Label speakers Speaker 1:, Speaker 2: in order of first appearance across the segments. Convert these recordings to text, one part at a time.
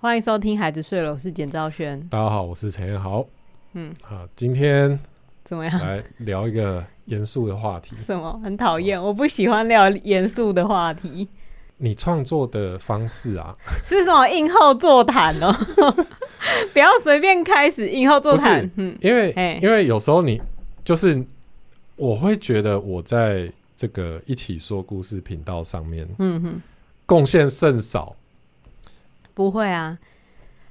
Speaker 1: 欢迎收听《孩子睡了》，我是简兆轩。
Speaker 2: 大家好，我是陈彦豪。
Speaker 1: 嗯，
Speaker 2: 啊，今天
Speaker 1: 怎么样？。
Speaker 2: 来聊一个严肃的话题
Speaker 1: 什么？很讨
Speaker 2: 哦
Speaker 1: 厌，我不喜欢聊严肃的话题，
Speaker 2: 你创作的方式啊，
Speaker 1: 是什么硬后座谈哦？ 不要随便开始硬后座谈。嗯，
Speaker 2: 因为
Speaker 1: 哎
Speaker 2: 因为有时候你就是我会觉得我在这个一起说故事频道上面
Speaker 1: 嗯哼，
Speaker 2: 贡献甚少
Speaker 1: 不会啊。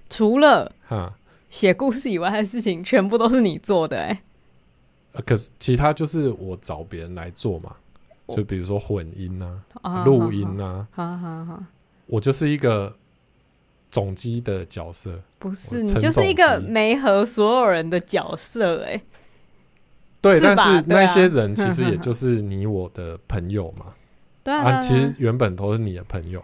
Speaker 1: 除了
Speaker 2: 哈、
Speaker 1: 写故事以外的事情，全部都是你做的、哎，
Speaker 2: 呃可是其他就是我找别人来做嘛，就比如说混音啊、
Speaker 1: 啊
Speaker 2: 录音啊，
Speaker 1: 好好好，
Speaker 2: 我就是一个总机的角色。
Speaker 1: 不是
Speaker 2: 我
Speaker 1: 你
Speaker 2: 陈
Speaker 1: 就是一个
Speaker 2: 总机
Speaker 1: 没和所有人的角色、哎，
Speaker 2: 对，
Speaker 1: 是吧
Speaker 2: 但是
Speaker 1: 对啊
Speaker 2: 那些 人其实也就是你我的朋友嘛。
Speaker 1: 对啊，对
Speaker 2: 啊，
Speaker 1: 啊
Speaker 2: 其实原本都是你的朋 友，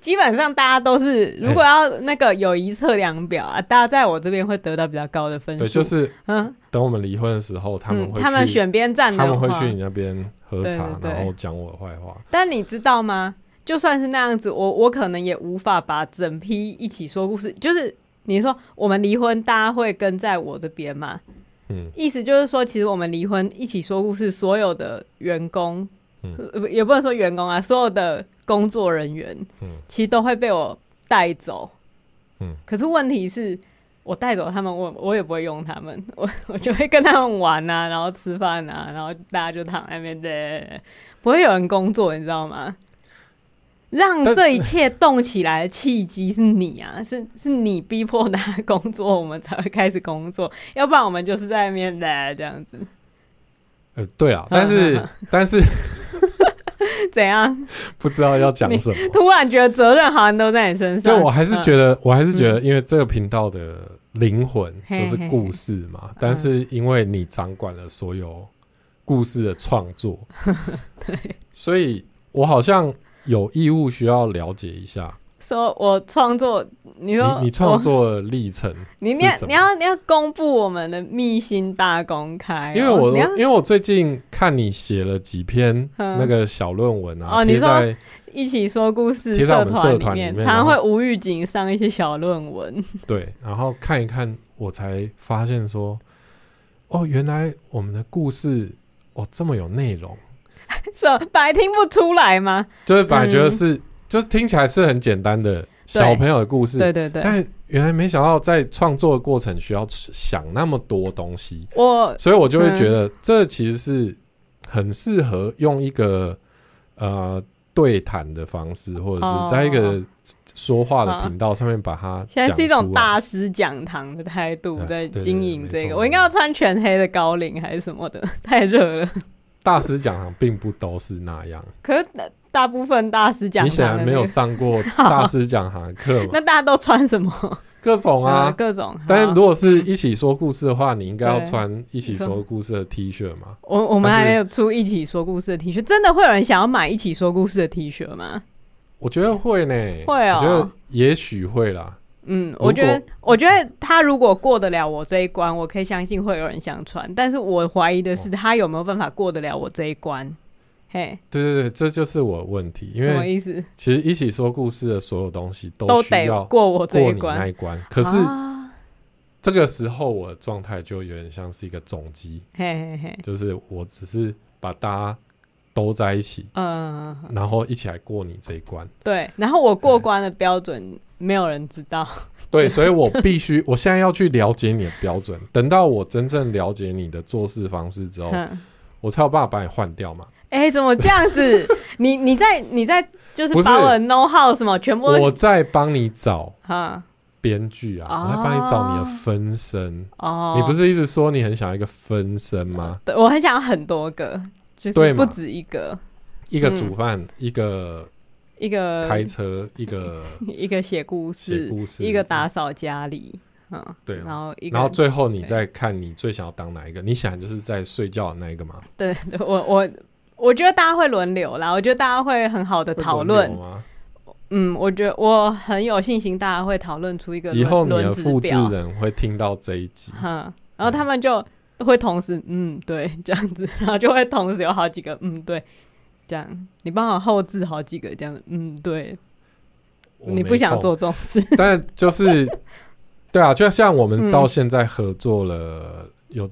Speaker 1: 基本上大家都是，如果要那个友谊测量表啊，大家在我这边会得到比较高的分数。
Speaker 2: 对，就是
Speaker 1: 嗯，
Speaker 2: 等我们离婚的时候，他们
Speaker 1: 嗯
Speaker 2: 会去
Speaker 1: 他们选边站的
Speaker 2: 他们会
Speaker 1: 话
Speaker 2: 去你那边喝茶，
Speaker 1: 对对对
Speaker 2: 然后讲我的坏话。
Speaker 1: 但你知道吗？就算是那样子，我我可能也无法把整批一起说故事。就是你说我们离婚，大家会跟在我这边嘛？
Speaker 2: 嗯，
Speaker 1: 意思就是说，其实我们离婚一起说故事，所有的员工，
Speaker 2: 嗯
Speaker 1: 呃也不能说员工啊，所有的工作人员，
Speaker 2: 嗯
Speaker 1: 其实都会被我带走。
Speaker 2: 嗯，
Speaker 1: 可是问题是我带走他们，我我也不会用他们， 我我就会跟他们玩啊，然后吃饭啊，然后大家就躺在那边的，不会有人工作，你知道吗？让
Speaker 2: 但
Speaker 1: 这一切动起来的契机是你啊，是是你逼迫大家工作，我们才会开始工作， 要不然我们就是在那边的这样子，
Speaker 2: 呃，对
Speaker 1: 嗯
Speaker 2: 啊，但是 但是
Speaker 1: 怎样？
Speaker 2: 不知道要讲什么，
Speaker 1: 突然觉得责任好像都在你身上，
Speaker 2: 就我还是
Speaker 1: 嗯
Speaker 2: 觉得，我还是觉得，因为这个频道的灵魂
Speaker 1: 嘿
Speaker 2: 就是
Speaker 1: 嘿
Speaker 2: 故事嘛，但是因为你掌管了所有故事的创 作，所以我好像有义务需要了解一下
Speaker 1: 说我创作，你说
Speaker 2: 你你
Speaker 1: 我
Speaker 2: 创作的历程
Speaker 1: 你
Speaker 2: 是
Speaker 1: 你要
Speaker 2: 什么
Speaker 1: 你要你要公布我们的秘辛大公开哦、
Speaker 2: 因为我
Speaker 1: 你要
Speaker 2: 因为我最近看你写了几篇
Speaker 1: 嗯
Speaker 2: 那个小论文啊，
Speaker 1: 哦你
Speaker 2: 贴
Speaker 1: 说
Speaker 2: 在
Speaker 1: 一起说故事
Speaker 2: 贴在我们
Speaker 1: 团
Speaker 2: 社团里
Speaker 1: 面，
Speaker 2: 面
Speaker 1: 常常
Speaker 2: 然
Speaker 1: 会
Speaker 2: 后
Speaker 1: 无预警上一些小论文。
Speaker 2: 对，然后看一看，我才发现说，哦，原来我们的故事哦这么有内容，
Speaker 1: 这本来听不出来吗？
Speaker 2: 就是本来觉得
Speaker 1: 嗯
Speaker 2: 是、就是听起来是很简单的小朋友的故事，
Speaker 1: 对对对，
Speaker 2: 但原来没想到在创作的过程需要想那么多东西，
Speaker 1: 我
Speaker 2: 所以我就会觉
Speaker 1: 嗯
Speaker 2: 得这其实是很适合用一个呃对谈的方式，或者
Speaker 1: 哦
Speaker 2: 是在一个说话
Speaker 1: 哦
Speaker 2: 的频道上面把它
Speaker 1: 现在是一
Speaker 2: 讲
Speaker 1: 种
Speaker 2: 出来
Speaker 1: 大师讲堂的态度
Speaker 2: 嗯
Speaker 1: 在
Speaker 2: 对对
Speaker 1: 经
Speaker 2: 对
Speaker 1: 营
Speaker 2: 没
Speaker 1: 这个。
Speaker 2: 错
Speaker 1: 我应该要穿全黑的高领还是什么的， 太热了。
Speaker 2: 大师讲堂并不都是那样，
Speaker 1: 可是大大部分大师讲
Speaker 2: 你显
Speaker 1: 堂的
Speaker 2: 然没有
Speaker 1: 那个
Speaker 2: 上过大师讲堂的课嘛
Speaker 1: 那，大家都穿什么？
Speaker 2: 各种
Speaker 1: 呃
Speaker 2: 啊。
Speaker 1: 各种。
Speaker 2: 但是
Speaker 1: 好
Speaker 2: 如果是一起说故事的话，你应该要
Speaker 1: 对
Speaker 2: 穿一起
Speaker 1: 你说
Speaker 2: 说故事的 T 恤嘛？
Speaker 1: 我我们
Speaker 2: 但
Speaker 1: 还
Speaker 2: 是
Speaker 1: 没有出一起说故事的 T 恤，真的会有人想要买一起说故事的 T 恤吗？
Speaker 2: 我觉得会呢，
Speaker 1: 会哦
Speaker 2: 我觉得也许会啦。
Speaker 1: 嗯，
Speaker 2: 果
Speaker 1: 我觉得，我觉得他如果过得了我这一关，我可以相信会有人想穿，但是我怀疑的
Speaker 2: 哦
Speaker 1: 是他有没有办法过得了我这一关。嘿，
Speaker 2: 对对对，这就是我的问题，因
Speaker 1: 什
Speaker 2: 为
Speaker 1: 么意思？
Speaker 2: 其实一起说故事的所有东西都
Speaker 1: 都
Speaker 2: 需
Speaker 1: 得
Speaker 2: 要
Speaker 1: 过我这
Speaker 2: 过
Speaker 1: 一
Speaker 2: 你那
Speaker 1: 关。
Speaker 2: 一关。可是
Speaker 1: 啊
Speaker 2: 这个时候我的状态就有点像是一个总机，
Speaker 1: 嘿嘿嘿，
Speaker 2: 就是我只是把大家都在一起，
Speaker 1: 嗯，
Speaker 2: 然后一起来过你这一关。
Speaker 1: 对。然后我过关的标准没有人知道，
Speaker 2: 对，所以我 必须，我现在要去了解你的标准。等到我真正了解你的做事方式之后，
Speaker 1: 嗯，
Speaker 2: 我才有办法把你换掉嘛。
Speaker 1: 哎，怎么这样 子？你你在你在就是
Speaker 2: 不是
Speaker 1: 把我的 know how 什么全部
Speaker 2: 我
Speaker 1: 都
Speaker 2: 在帮你找
Speaker 1: 啊
Speaker 2: 编剧啊，
Speaker 1: 哦
Speaker 2: 我在帮你找你的分身。
Speaker 1: 哦，嗯
Speaker 2: 你不是一直说你很想要一个分身吗？
Speaker 1: 对，我很想要很多个，就
Speaker 2: 对
Speaker 1: 是不
Speaker 2: 嘛
Speaker 1: 止一个，
Speaker 2: 一个煮
Speaker 1: 嗯
Speaker 2: 饭，一个
Speaker 1: 一个
Speaker 2: 开车，一个
Speaker 1: 一个写故
Speaker 2: 写
Speaker 1: 事，
Speaker 2: 故事，
Speaker 1: 一个打扫家里，嗯，
Speaker 2: 对啊
Speaker 1: 然后一个，
Speaker 2: 然后最后你再看你最想要当哪一个？你想就是在睡觉的那一个吗？
Speaker 1: 对对，我我我觉得大家会轮流啦，我觉得大家会很好的
Speaker 2: 会
Speaker 1: 讨
Speaker 2: 轮流
Speaker 1: 论，
Speaker 2: 吗？
Speaker 1: 嗯，我觉得我很有信心，大家会讨论出一个
Speaker 2: 以
Speaker 1: 轮
Speaker 2: 后你
Speaker 1: 轮
Speaker 2: 的
Speaker 1: 值
Speaker 2: 复制
Speaker 1: 表，
Speaker 2: 人会听到这一集，
Speaker 1: 嗯，然后他们就会同时，嗯，对，这样子，然后就会同时有好几个，嗯，对。这样，你帮我后置好几个这样子，嗯，对，
Speaker 2: 我
Speaker 1: 你
Speaker 2: 没
Speaker 1: 不想
Speaker 2: 空
Speaker 1: 做这种事，
Speaker 2: 但就是，对啊，就像我
Speaker 1: 嗯
Speaker 2: 们到现在合作了有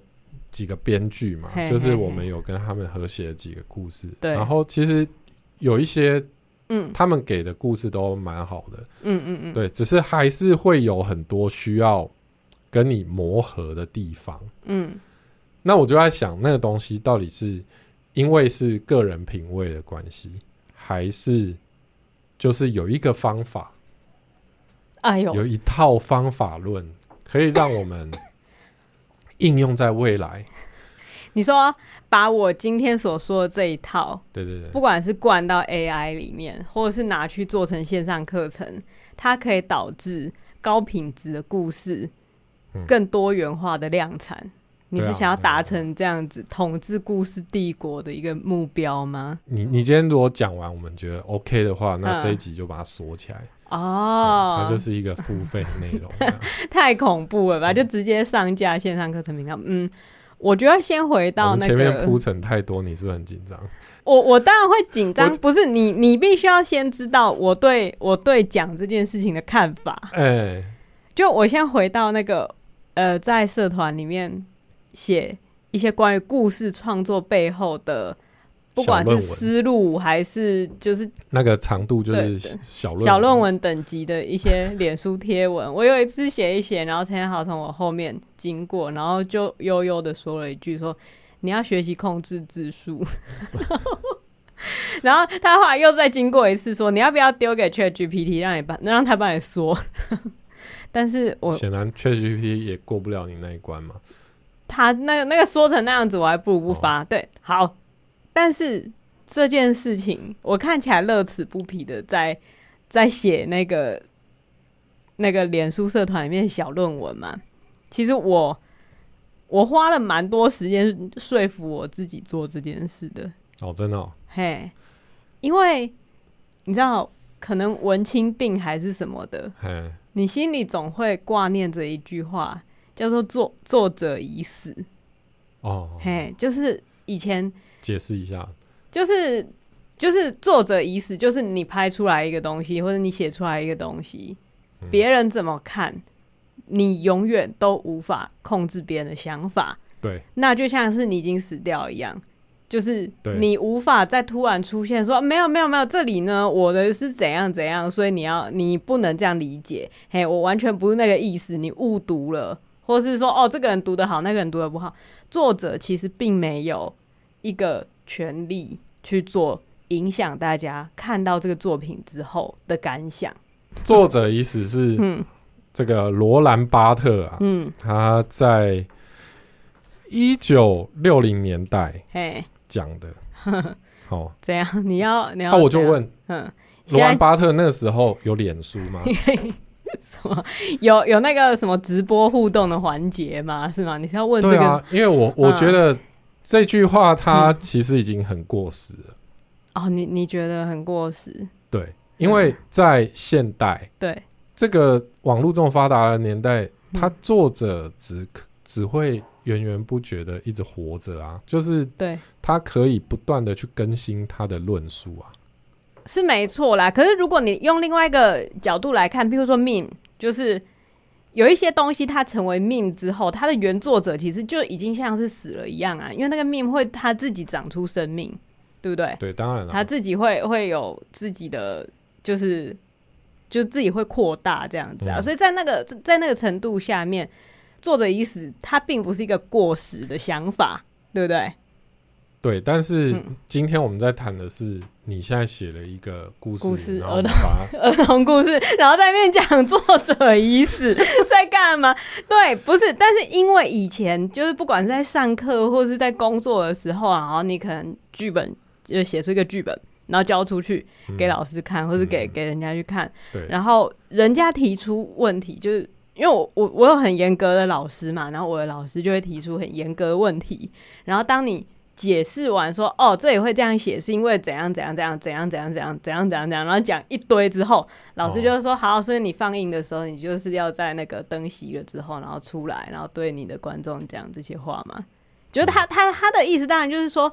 Speaker 2: 几个编剧嘛，
Speaker 1: 嘿
Speaker 2: 就是
Speaker 1: 嘿
Speaker 2: 我们
Speaker 1: 嘿
Speaker 2: 有跟他们合写几个故事，
Speaker 1: 对
Speaker 2: 然后其实有一些
Speaker 1: 嗯
Speaker 2: 他们给的故事都蛮好的，
Speaker 1: 嗯嗯嗯，
Speaker 2: 对，只是还是会有很多需要跟你磨合的地方。
Speaker 1: 嗯
Speaker 2: 那我就在想，那个东西到底是因为是个人品味的关系，还是就是有一个方法？
Speaker 1: 哎呦，
Speaker 2: 有一套方法论可以让我们 应用在未来。
Speaker 1: 你说把我今天所说的这一套，
Speaker 2: 对对对
Speaker 1: 不，管是灌到 AI 里面，或者是拿去做成线上课程，它可以导致高品质的故事
Speaker 2: 嗯
Speaker 1: 更多元化的量产。你
Speaker 2: 对
Speaker 1: 是
Speaker 2: 啊
Speaker 1: 想要
Speaker 2: 对啊
Speaker 1: 达成这样子统治故事帝国的一个目标吗？
Speaker 2: 你你今天如果讲完我们觉得 OK 的话，那
Speaker 1: 嗯
Speaker 2: 这一集就把它锁起来。嗯
Speaker 1: 哦，
Speaker 2: 它就是一嗯个付费内 容。这样
Speaker 1: 太恐怖了吧！就直接上架线上课程频道。嗯，我觉得先回
Speaker 2: 我
Speaker 1: 到
Speaker 2: 们
Speaker 1: 那
Speaker 2: 前面
Speaker 1: 个，
Speaker 2: 铺陈太多，你是不是很紧张？
Speaker 1: 我我当然会紧张
Speaker 2: 我，
Speaker 1: 不是你，你必须要先知道我对我对讲这件事情的看法。
Speaker 2: 哎，
Speaker 1: 就我先回到那个呃，在社团里面写一些关于故事创作背后的，不管是
Speaker 2: 小论文
Speaker 1: 思路还是就是
Speaker 2: 那个长度就
Speaker 1: 对
Speaker 2: 是
Speaker 1: 对
Speaker 2: 小
Speaker 1: 小论
Speaker 2: 文。
Speaker 1: 文等级的一些脸书贴文。我有一次写一写，然后陈彦豪从我后面经过，然后就悠悠的说了一句说：“你要学习控制字数。” 然后他后来又再经过一次说：“你要不要丢给 Chat GPT 让你帮让他帮你说？” 但是我
Speaker 2: 显然 ChatGPT 也过不了你那一关嘛。
Speaker 1: 他那个那个说成那样子，我还不如不发。对，好，但是这件事情，我看起来乐此不疲的在在写那个那个脸书社团里面的小论文嘛。其实我我花了蛮多时间说服我自己做这件事的。
Speaker 2: 哦，真的哦，
Speaker 1: 嘿，因为你知道，可能文青病还是什么的，
Speaker 2: 哎，
Speaker 1: 你心里总会挂念着一句话，叫做“作作者已死”。
Speaker 2: 哦，
Speaker 1: 嘿，就是以前
Speaker 2: 解释一下。
Speaker 1: 就是就是作者已死，就是你拍出来一个东西，或者你写出来一个东西，别人怎么看，你永远都无法控制别人的想法。
Speaker 2: 对，
Speaker 1: 那就像是你已经死掉一样，就是
Speaker 2: 对
Speaker 1: 你无法再突然出现说没有没有没有，这里呢我的是怎样怎样，所以你要你不能这样理解，嘿，我完全不是那个意思，你误读了，或是说哦这个人读得好，那个人读得不好，作者其实并没有一个权利去做影响大家看到这个作品之后的感想，
Speaker 2: 作者意思是
Speaker 1: 嗯
Speaker 2: 这个罗兰巴特啊，
Speaker 1: 嗯，
Speaker 2: 他在一九六零年代
Speaker 1: 嘿，
Speaker 2: 讲 的。好，
Speaker 1: 怎样？你要你要
Speaker 2: 那、啊我就
Speaker 1: 怎样，
Speaker 2: 问
Speaker 1: 嗯，
Speaker 2: 罗
Speaker 1: 啊现在
Speaker 2: 兰巴特那时候有脸书 吗？
Speaker 1: 有有那个什么直播互动的环节吗？是吗？你是要问这
Speaker 2: 对
Speaker 1: 个？嗯
Speaker 2: 啊，因为我我觉得这句话它其实已经很过时了。
Speaker 1: 哦，你你觉得很过时？
Speaker 2: 对，因为在现代
Speaker 1: 对，
Speaker 2: 这个网络这么发达的年代，
Speaker 1: 嗯
Speaker 2: 他作者只只会源源不绝的一直活着啊，就是
Speaker 1: 对，
Speaker 2: 他可以不断的去更新他的论述啊。
Speaker 1: 是没错啦。可是如果你用另外一个角度来看，譬如说 meme，就是有一些东西它成为 meme 之后，它的原作者其实就已经像是死了一样啊，因为那个 meme 会它自己长出生命，对不对？
Speaker 2: 对，当然了，
Speaker 1: 它自己会会有自己的，就是就自己会扩大这样子啊。
Speaker 2: 嗯
Speaker 1: 所以在那个在那个程度下面，作者已死，它并不是一个过时的想法，对不对？
Speaker 2: 对，但是
Speaker 1: 嗯
Speaker 2: 今天我们在谈的是你现在写了一个故事，
Speaker 1: 故事
Speaker 2: 然后我们把它
Speaker 1: 儿童故事，然后在那边讲 作者已死，在干嘛？对，不是，但是因为以前就是不管是在上课或是在工作的时候啊，然后你可能剧本就写出一个剧本，然后交出去给老师看，或是给
Speaker 2: 嗯
Speaker 1: 给人家去看，
Speaker 2: 对，
Speaker 1: 然后人家提出问题，就是因为我我我有很严格的老师嘛，然后我的老师就会提出很严格的问题，然后当你解释完说哦，这里会这样写是因为怎样怎样怎样怎样怎样怎样怎样怎样怎样，然后讲一堆之后，老师就说、好，所以你放映的时候，你就是要在那个灯熄了之后，然后出来，然后对你的观众讲这些话嘛。就是他他他的意思当然就是说，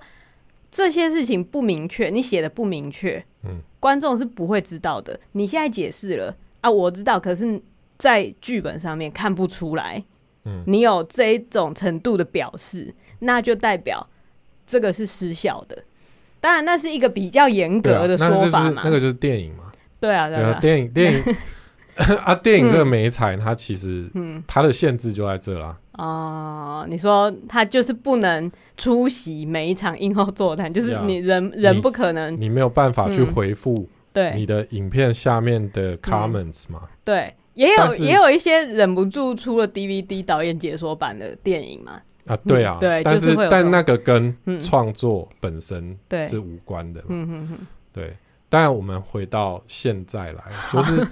Speaker 1: 这些事情不明确，你写的不明确，
Speaker 2: 嗯，
Speaker 1: 观众是不会知道的。你现在解释了啊，我知道，可是，在剧本上面看不出来，
Speaker 2: 嗯
Speaker 1: 你有这一种程度的表示，那就代表这个是失效的。当然，那是一个比较严
Speaker 2: 对啊，
Speaker 1: 格的
Speaker 2: 那
Speaker 1: 说
Speaker 2: 是不
Speaker 1: 法
Speaker 2: 是
Speaker 1: 嘛，
Speaker 2: 那个就是电影嘛？
Speaker 1: 对啊，
Speaker 2: 对
Speaker 1: 啊，
Speaker 2: 啊，电影电影 啊，电影这个美彩，它其实
Speaker 1: 嗯，
Speaker 2: 它的限制就在这啦。
Speaker 1: 哦，你说他就是不能出席每一场映后座谈，就是
Speaker 2: Yeah
Speaker 1: 你人人
Speaker 2: 你
Speaker 1: 不可能
Speaker 2: 啊你没有办法去
Speaker 1: 嗯
Speaker 2: 回复
Speaker 1: 对嗯
Speaker 2: 你的影片下面的 comments 嘛？
Speaker 1: 对，也有
Speaker 2: 但是
Speaker 1: 也有一些忍不住出了 DVD 导演解说版的电影嘛，
Speaker 2: 啊，对啊
Speaker 1: 嗯，对
Speaker 2: 但
Speaker 1: 就是会有这种
Speaker 2: 但那个跟
Speaker 1: 嗯
Speaker 2: 创作本身
Speaker 1: 对
Speaker 2: 是无关的嘛，
Speaker 1: 嗯哼哼，
Speaker 2: 对。当然，我们回到现 在来，就是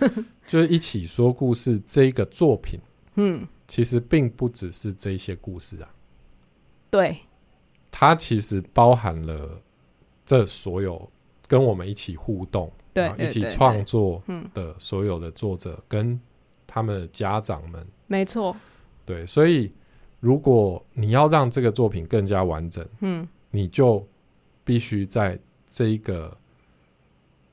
Speaker 2: 就是一起说故事这个作品，
Speaker 1: 嗯，
Speaker 2: 其实并不只是这些故事啊，
Speaker 1: 对，
Speaker 2: 它其实包含了这所有跟我们一起互动，
Speaker 1: 对
Speaker 2: 然后
Speaker 1: 对
Speaker 2: 啊一起
Speaker 1: 对
Speaker 2: 创作
Speaker 1: 嗯，
Speaker 2: 的所有的作者跟他们的家长们，
Speaker 1: 没错，
Speaker 2: 对，所以如果你要让这个作品更加完整，
Speaker 1: 嗯，
Speaker 2: 你就必须在这一个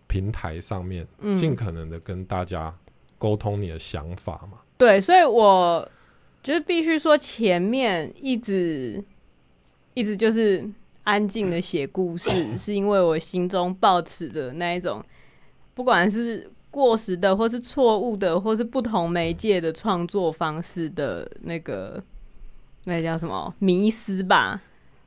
Speaker 2: 平台上面
Speaker 1: 嗯
Speaker 2: 尽可能的跟大家沟通你的想法嘛。
Speaker 1: 对，所以我就是必须说，前面一直一直就是安静的写故事，是因为我心中抱持着那一种，不管是过时的，或是错误的，或是不同媒介的创作方式的那个那叫什么迷思吧。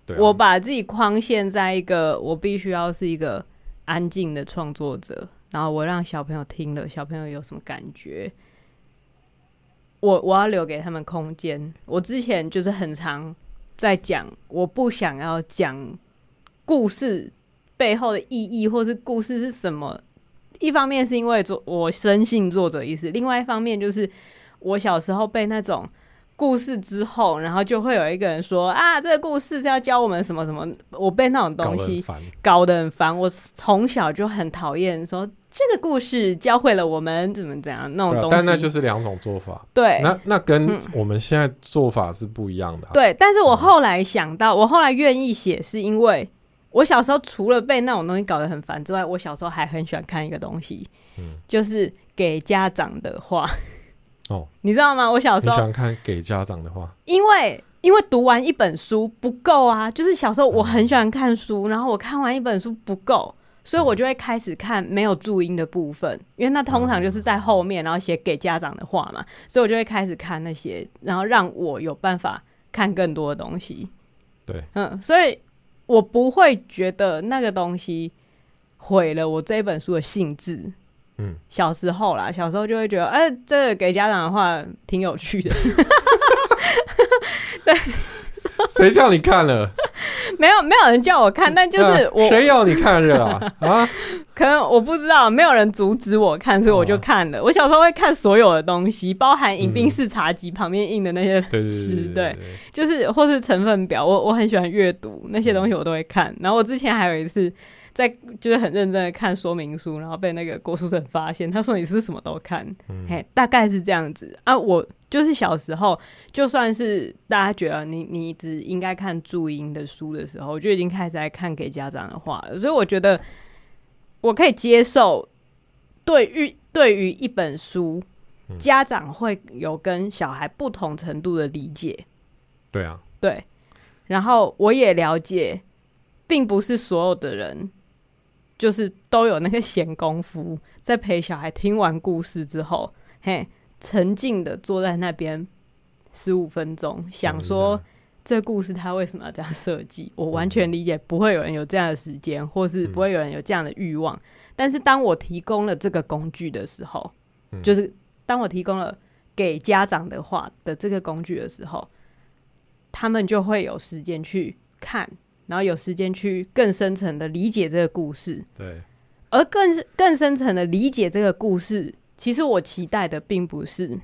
Speaker 2: 对啊、
Speaker 1: 我把自己框限在一个，我必须要是一个安静的创作者，然后我让小朋友听了，小朋友有什么感觉，我我要留给他们空间。我之前就是很常在讲，我不想要讲故事背后的意义，或是故事是什么。一方面是因为作我深信作者意识，另外一方面就是我小时候被那种故事之后，然后就会有一个人说啊，这个故事是要教我们什么什么，我被那种
Speaker 2: 搞
Speaker 1: 东
Speaker 2: 得很
Speaker 1: 西
Speaker 2: 烦，
Speaker 1: 搞得很烦。我从小就很讨厌说这个故事教会了我们怎么怎样那种
Speaker 2: 对啊
Speaker 1: 东西，
Speaker 2: 但那就是两种做法。
Speaker 1: 对
Speaker 2: 那那跟
Speaker 1: 嗯
Speaker 2: 我们现在做法是不一样的、啊。
Speaker 1: 对，但是我后来想到，我后来愿意写，是因为我小时候除了被那种东西搞得很烦之外，我小时候还很喜欢看一个东西，
Speaker 2: 嗯
Speaker 1: 就是给家长的话。
Speaker 2: 哦，
Speaker 1: 你知道吗？我小
Speaker 2: 你
Speaker 1: 时候
Speaker 2: 想看给家长的话，
Speaker 1: 因为因为读完一本书不够啊，就是小时候我很喜欢看书，然后我看完一本书不够，所以我就会开始看没有注音的部分，因为那通常就是在后面，然后写给家长的话嘛，所以我就会开始看那些，然后让我有办法看更多的东西。
Speaker 2: 对，
Speaker 1: 嗯，所以我不会觉得那个东西毁了我这一本书的性质。
Speaker 2: 嗯，
Speaker 1: 小时候啦，小时候就会觉得，哎、这个给家长的话挺有趣的，
Speaker 2: 谁叫你看了？
Speaker 1: 没有没有人叫我看，但 就是
Speaker 2: 啊
Speaker 1: 我、
Speaker 2: 谁要你看了啊？啊，
Speaker 1: 可能我不知道，没有人阻止我看，所以我就看了。我小时候会看所有的东西，包含饮冰式茶几旁边印的那些
Speaker 2: 对对
Speaker 1: 诗，
Speaker 2: 对对对，
Speaker 1: 就是或是成分表，我我很喜欢阅读那些东西，我都会看。然后我之前还有一次在就是很认真的看说明书，然后被那个郭书成发现，他说你是不是什么都看？
Speaker 2: 嗯
Speaker 1: 嘿，大概是这样子啊。我就是小时候，就算是大家觉得你你只应该看注音的书的时候，我就已经开始在看给家长的话了。所以我觉得我可以接受对于对于一本书。
Speaker 2: 嗯
Speaker 1: 家长会有跟小孩不同程度的理解，
Speaker 2: 对啊，
Speaker 1: 对，然后我也了解，并不是所有的人就是都有那个闲工夫，在陪小孩听完故事之后，嘿，沉静的坐在那边十五分钟，想说这故事他为什么要这样设计？我完全理解，不会有人有这样的时间，或是不会有人有这样的欲望。但是当我提供了这个工具的时候，
Speaker 2: 嗯
Speaker 1: 就是当我提供了给家长的话的这个工具的时候，他们就会有时间去看，然后有时间去更深层的理解这个故事。
Speaker 2: 对，
Speaker 1: 而更是更深层的理解这个故事，其实我期待的并不是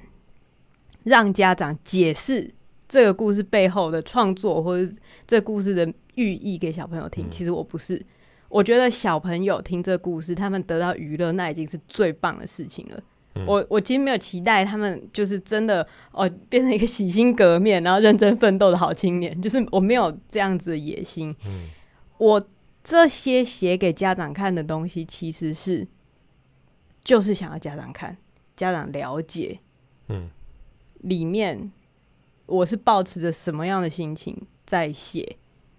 Speaker 1: 让家长解释这个故事背后的创作或者这故事的寓意给小朋友听。
Speaker 2: 嗯
Speaker 1: 其实我不是，我觉得小朋友听这故事，他们得到娱乐，那已经是最棒的事情了。
Speaker 2: 嗯
Speaker 1: 我我其实没有期待他们就是真的哦变成一个洗心革面，然后认真奋斗的好青年，就是我没有这样子的野心。
Speaker 2: 嗯
Speaker 1: 我这些写给家长看的东西，其实是就是想要家长看，家长了解
Speaker 2: 嗯，
Speaker 1: 里面我是抱持着什么样的心情在写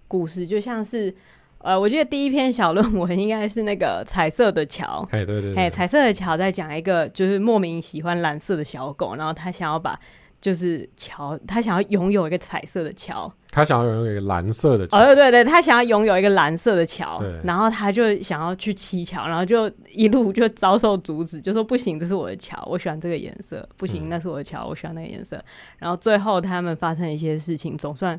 Speaker 1: 故事，就像是呃，我记得第一篇小论文应该是那个彩色的桥，
Speaker 2: 哎，对对
Speaker 1: 哎，
Speaker 2: 对，
Speaker 1: 彩色的桥在讲一个就是莫名喜欢蓝色的小狗，然后他想要把就是桥，他想要拥有一个彩色的桥。
Speaker 2: 他想要有一个蓝色的
Speaker 1: 哦，
Speaker 2: 桥，
Speaker 1: 对对对，他想要拥有一个蓝色的桥
Speaker 2: 对，
Speaker 1: 然后他就想要去砌桥，然后就一路就遭受阻止，就说不行，这是我的桥，我喜欢这个颜色，不行，
Speaker 2: 嗯
Speaker 1: 那是我的桥，我喜欢那个颜色。然后最后他们发生了一些事情，总算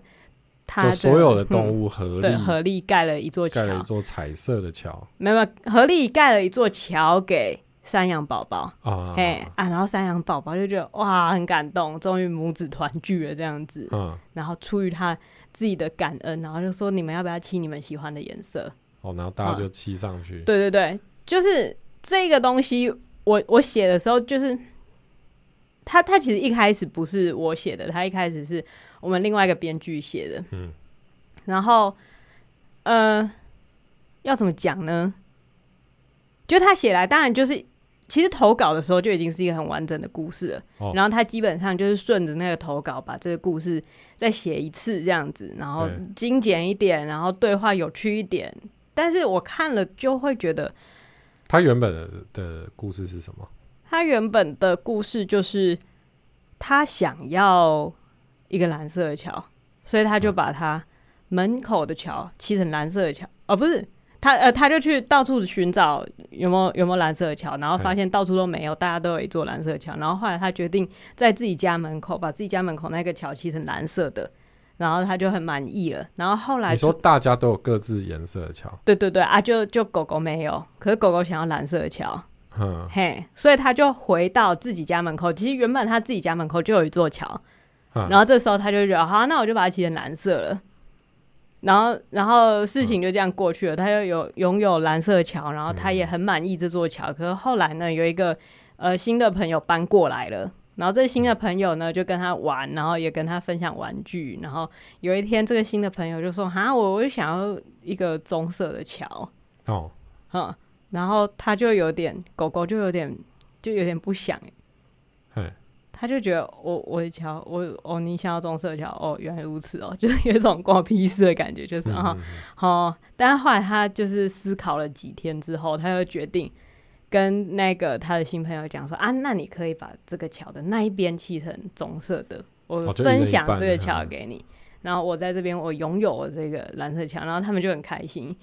Speaker 1: 他
Speaker 2: 就所有的动
Speaker 1: 物、
Speaker 2: 物合
Speaker 1: 嗯
Speaker 2: 力
Speaker 1: 对合力盖了一座桥
Speaker 2: 盖，了一座彩色的桥
Speaker 1: 没有没有合力盖了一座桥给山羊宝宝。
Speaker 2: 啊，
Speaker 1: 哎啊，然后山羊宝宝就觉得哇，很感动，终于母子团聚了这样子。
Speaker 2: 嗯，
Speaker 1: 然后出于他自己的感恩，然后就说你们要不要漆你们喜欢的颜色？
Speaker 2: 哦，然后大家
Speaker 1: 嗯
Speaker 2: 就骑上去，
Speaker 1: 对对对，就是这个东西我，我写的时候就是。他他其实一开始不是我写的，他一开始是我们另外一个编剧写的。
Speaker 2: 嗯，
Speaker 1: 然后，呃，要怎么讲呢？就他写来，当然就是其实投稿的时候就已经是一个很完整的故事了。
Speaker 2: 哦
Speaker 1: 然后他基本上就是顺着那个投稿把这个故事再写一次这样子，然后
Speaker 2: 对
Speaker 1: 精简一点，然后对话有趣一点。但是我看了就会觉得，
Speaker 2: 他原本的的故事是什么？
Speaker 1: 他原本的故事就是他想要一个蓝色的桥，所以他就把他门口的桥漆成蓝色的桥。哦，不是，他呃，他就去到处寻找有没有有没有蓝色的桥，然后发现到处都没有，大家都有一座蓝色的桥。然后后来他决定在自己家门口把自己家门口那个桥漆成蓝色的，然后他就很满意了。然后后来
Speaker 2: 你说
Speaker 1: 出
Speaker 2: 大家都有各自颜色的桥，
Speaker 1: 对对对啊，就就狗狗没有，可是狗狗想要蓝色的桥。
Speaker 2: 嗯，
Speaker 1: 嘿，所以他就回到自己家门口。其实原本他自己家门口就有一座桥，
Speaker 2: 嗯
Speaker 1: 然后这时候他就觉得，好、那我就把它漆成蓝色了。然后，然后事情就这样过去了。他又有拥有蓝色的桥，然后他也很满意这座桥。可是后来呢，有一个呃新的朋友搬过来了，然后这新的朋友呢就跟他玩，然后也跟他分享玩具。然后有一天，这个新的朋友就说：“哈，我我想要一个棕色的桥。”
Speaker 2: 哦，
Speaker 1: 嗯，然后他就有点狗狗就有点就有点不想欸，
Speaker 2: 嘿，
Speaker 1: 他就觉得我我的桥我哦你想要棕色的桥哦原来如此哦，就是有一种关我屁事的感觉，就是
Speaker 2: 嗯
Speaker 1: 啊、
Speaker 2: 嗯嗯
Speaker 1: 哦，但后来他就是思考了几天之后，他又决定。跟那个他的新朋友讲说啊，那你可以把这个桥的那一边漆成棕色的，我
Speaker 2: 哦就一人
Speaker 1: 分
Speaker 2: 一
Speaker 1: 享
Speaker 2: 半
Speaker 1: 这个
Speaker 2: 嗯
Speaker 1: 桥给你，然后我在这边我拥有我这个蓝色桥，然后他们就很开心，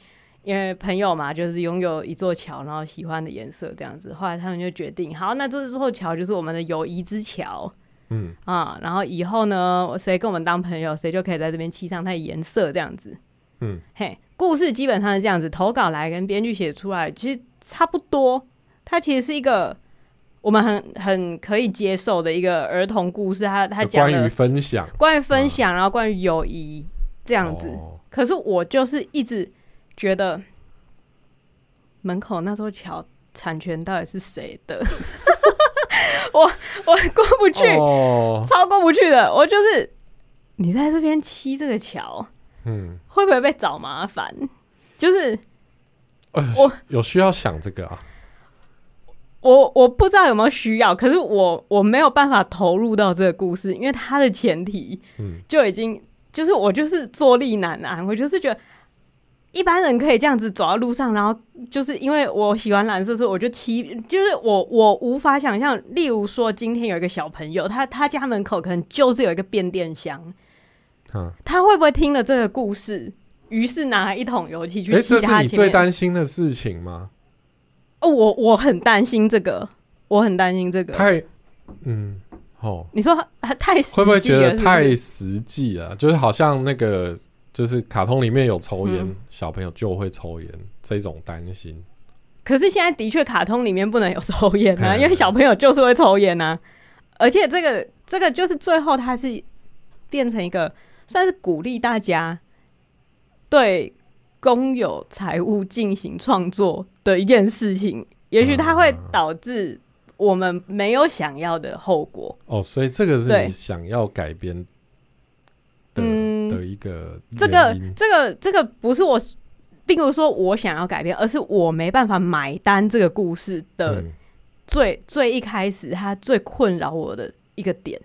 Speaker 1: 因为朋友嘛，就是拥有一座桥，然后喜欢的颜色这样子。后来他们就决定，好，那这座桥就是我们的友谊之桥
Speaker 2: 嗯，
Speaker 1: 啊、然后以后呢，谁跟我们当朋友，谁就可以在这边漆上它的颜色这样子。
Speaker 2: 嗯，
Speaker 1: 嘿，故事基本上是这样子，投稿来跟编剧写出来其实差不多。它其实是一个我们很很可以接受的一个儿童故事，它它
Speaker 2: 就
Speaker 1: 讲
Speaker 2: 关于嗯
Speaker 1: 了
Speaker 2: 分享
Speaker 1: 关于分享，然后关于友谊这
Speaker 2: 这
Speaker 1: 样子。
Speaker 2: 哦
Speaker 1: 可是我就是一直觉得门口那座桥产权到底是谁的， 我我过不去，
Speaker 2: 哦，
Speaker 1: 超过不去的。我就是你在这边漆这个桥，
Speaker 2: 嗯，
Speaker 1: 会不会被找麻烦？就是我
Speaker 2: 我有需要想这个啊，
Speaker 1: 我我不知道有没有需要，可是我我没有办法投入到这个故事，因为它的前提
Speaker 2: 嗯
Speaker 1: 就已经就是我就是坐立难安，我就是觉得一般人可以这样子走到路上，然后就是因为我喜欢蓝色，所以我就骑，就是我我无法想象，例如说今天有一个小朋友，他他家门口可能就是有一个变电箱，
Speaker 2: 嗯，
Speaker 1: 他会不会听了这个故事，于是拿了一桶油漆去
Speaker 2: 哎，
Speaker 1: 漆
Speaker 2: 这
Speaker 1: 他
Speaker 2: 是
Speaker 1: 的
Speaker 2: 你
Speaker 1: 前
Speaker 2: 最
Speaker 1: 面？
Speaker 2: 担心的事情吗？
Speaker 1: 哦，我我很担心这个，我很担心这个。
Speaker 2: 太，嗯，哦，
Speaker 1: 你说他太实
Speaker 2: 会不会
Speaker 1: 际
Speaker 2: 觉
Speaker 1: 了
Speaker 2: 得
Speaker 1: 是不是
Speaker 2: 太实际了？就是好像那个，就是卡通里面有抽烟，
Speaker 1: 嗯
Speaker 2: 小朋友就会抽烟这种担心。
Speaker 1: 可是现在的确，卡通里面不能有抽烟啊，
Speaker 2: 嗯
Speaker 1: 因为小朋友就是会抽烟啊。而且这个这个就是最后它是变成一个算是鼓励大家对公有财务进行创作的一件事情。也许它
Speaker 2: 啊
Speaker 1: 会导致我们没有想要的后果。
Speaker 2: 哦，所以这个是
Speaker 1: 对
Speaker 2: 你想要改编的、
Speaker 1: 嗯
Speaker 2: 的一个
Speaker 1: 这个
Speaker 2: 原因
Speaker 1: 这个这个不是我并不是说我想要改变，而是我没办法买单这个故事的
Speaker 2: 嗯
Speaker 1: 最、最一开始，它最困扰我的一个点，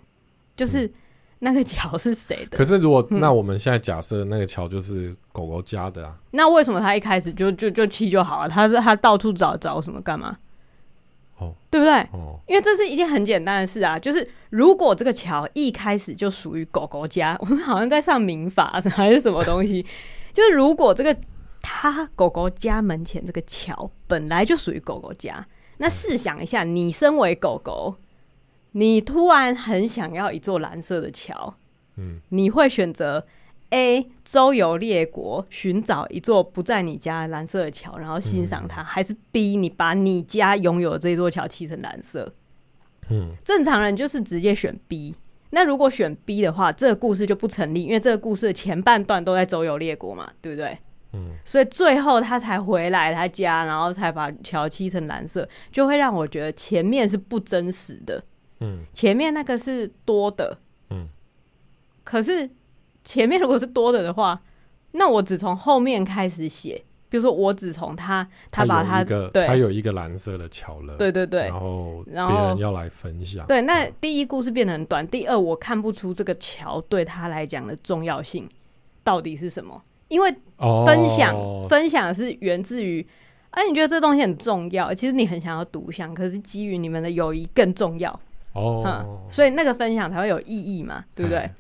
Speaker 1: 就是那个桥是谁的
Speaker 2: 嗯可。是如果、
Speaker 1: 嗯
Speaker 2: 那我们现在假设那个桥就是狗狗家的啊，
Speaker 1: 那为什么他一开始就就就气就好了？他他到处找找什么干嘛？
Speaker 2: 哦，
Speaker 1: 对不对？
Speaker 2: 哦，
Speaker 1: 因为这是一件很简单的事啊，就是如果这个桥一开始就属于狗狗家， 我们好像在上民法还是什么东西， 就是如果这个他狗狗家门前这个桥本来就属于狗狗家，那试想一下，你身为狗狗，你突然很想要一座蓝色的桥，
Speaker 2: 嗯，
Speaker 1: 你会选择 A 周游列国，寻找一座不在你家的蓝色的桥，然后欣赏
Speaker 2: 嗯
Speaker 1: 它，还是 B 你把你家拥有的这座桥漆成蓝色？
Speaker 2: 嗯，
Speaker 1: 正常人就是直接选 B。那如果选 B 的话，这个故事就不成立，因为这个故事的前半段都在周游列国嘛，对不对？
Speaker 2: 嗯，
Speaker 1: 所以最后他才回来他家，然后才把桥漆成蓝色，就会让我觉得前面是不真实的。
Speaker 2: 嗯，
Speaker 1: 前面那个是多的，
Speaker 2: 嗯，
Speaker 1: 可是前面如果是多的的话，那我只从后面开始写，比如说我只从他他把
Speaker 2: 它
Speaker 1: 他
Speaker 2: 有一个
Speaker 1: 对
Speaker 2: 它有一个蓝色的桥了，
Speaker 1: 对对对
Speaker 2: 然后别
Speaker 1: 然后
Speaker 2: 人要来分享，
Speaker 1: 对，那
Speaker 2: 嗯
Speaker 1: 第一故事变得很短，第二我看不出这个桥对他来讲的重要性到底是什么，因为
Speaker 2: 哦
Speaker 1: 分享、分享是源自于。哎、你觉得这东西很重要？其实你很想要独享，可是基于你们的友谊更重要，
Speaker 2: 哦
Speaker 1: 嗯，，所以那个分享才会有意义嘛，对不对？
Speaker 2: 嗯？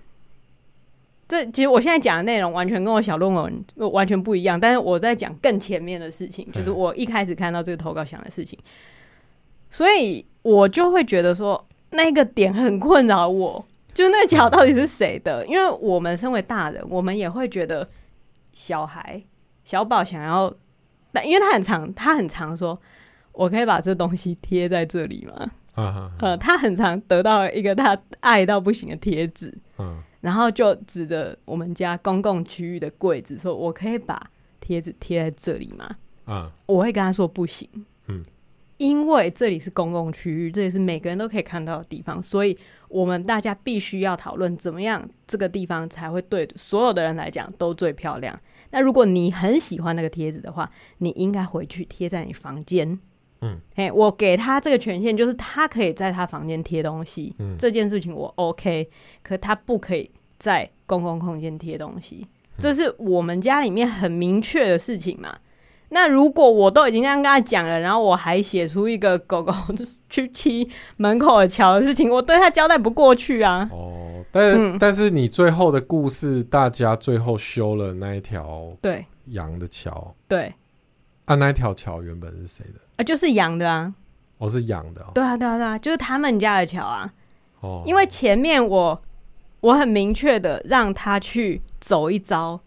Speaker 1: 这其实我现在讲的内容完全跟我小论文呃完全不一样，但是我在讲更前面的事情，就是
Speaker 2: 嗯
Speaker 1: 我一开始看到这个投稿想的事情，所以我就会觉得说那个点很困扰我，就那个脚到底是谁的？因为我们身为大人，我们也会觉得小孩小宝想要，但因为他很常他很常说，我可以把这东西贴在这里吗？
Speaker 2: 啊哈，
Speaker 1: 呃，他很常得到一个他爱到不行的贴纸，
Speaker 2: 嗯
Speaker 1: 然后就指着我们家公共区域的柜子说：“我可以把贴纸贴在这里吗
Speaker 2: 啊，？”
Speaker 1: 我会跟他说：“不行。”
Speaker 2: 嗯，
Speaker 1: 因为这里是公共区域，这里是每个人都可以看到的地方，所以我们大家必须要讨论怎么样这个地方才会对所有的人来讲都最漂亮。那如果你很喜欢那个贴纸的话，你应该回去贴在你房间。
Speaker 2: 嗯，
Speaker 1: 嘿，我给他这个权限，就是他可以在他房间贴东西。
Speaker 2: 嗯
Speaker 1: 这件事情我 OK，可他不可以在公共空间贴东西，
Speaker 2: 嗯
Speaker 1: 这是我们家里面很明确的事情嘛。那如果我都已经这样跟他讲了，然后我还写出一个狗狗 就是去踢门口的桥的事情，我对他交代不过去啊。
Speaker 2: 哦，但是、
Speaker 1: 嗯
Speaker 2: 但是你最后的故事，大家最后修了那一条
Speaker 1: 对
Speaker 2: 羊的桥，
Speaker 1: 对
Speaker 2: 啊，那一条桥原本是谁的？
Speaker 1: 啊，就是养的啊，
Speaker 2: 哦，是羊的哦，
Speaker 1: 对啊对啊对啊，就是他们家的桥啊。
Speaker 2: 哦
Speaker 1: 因为前面我我很明确的让他去走一遭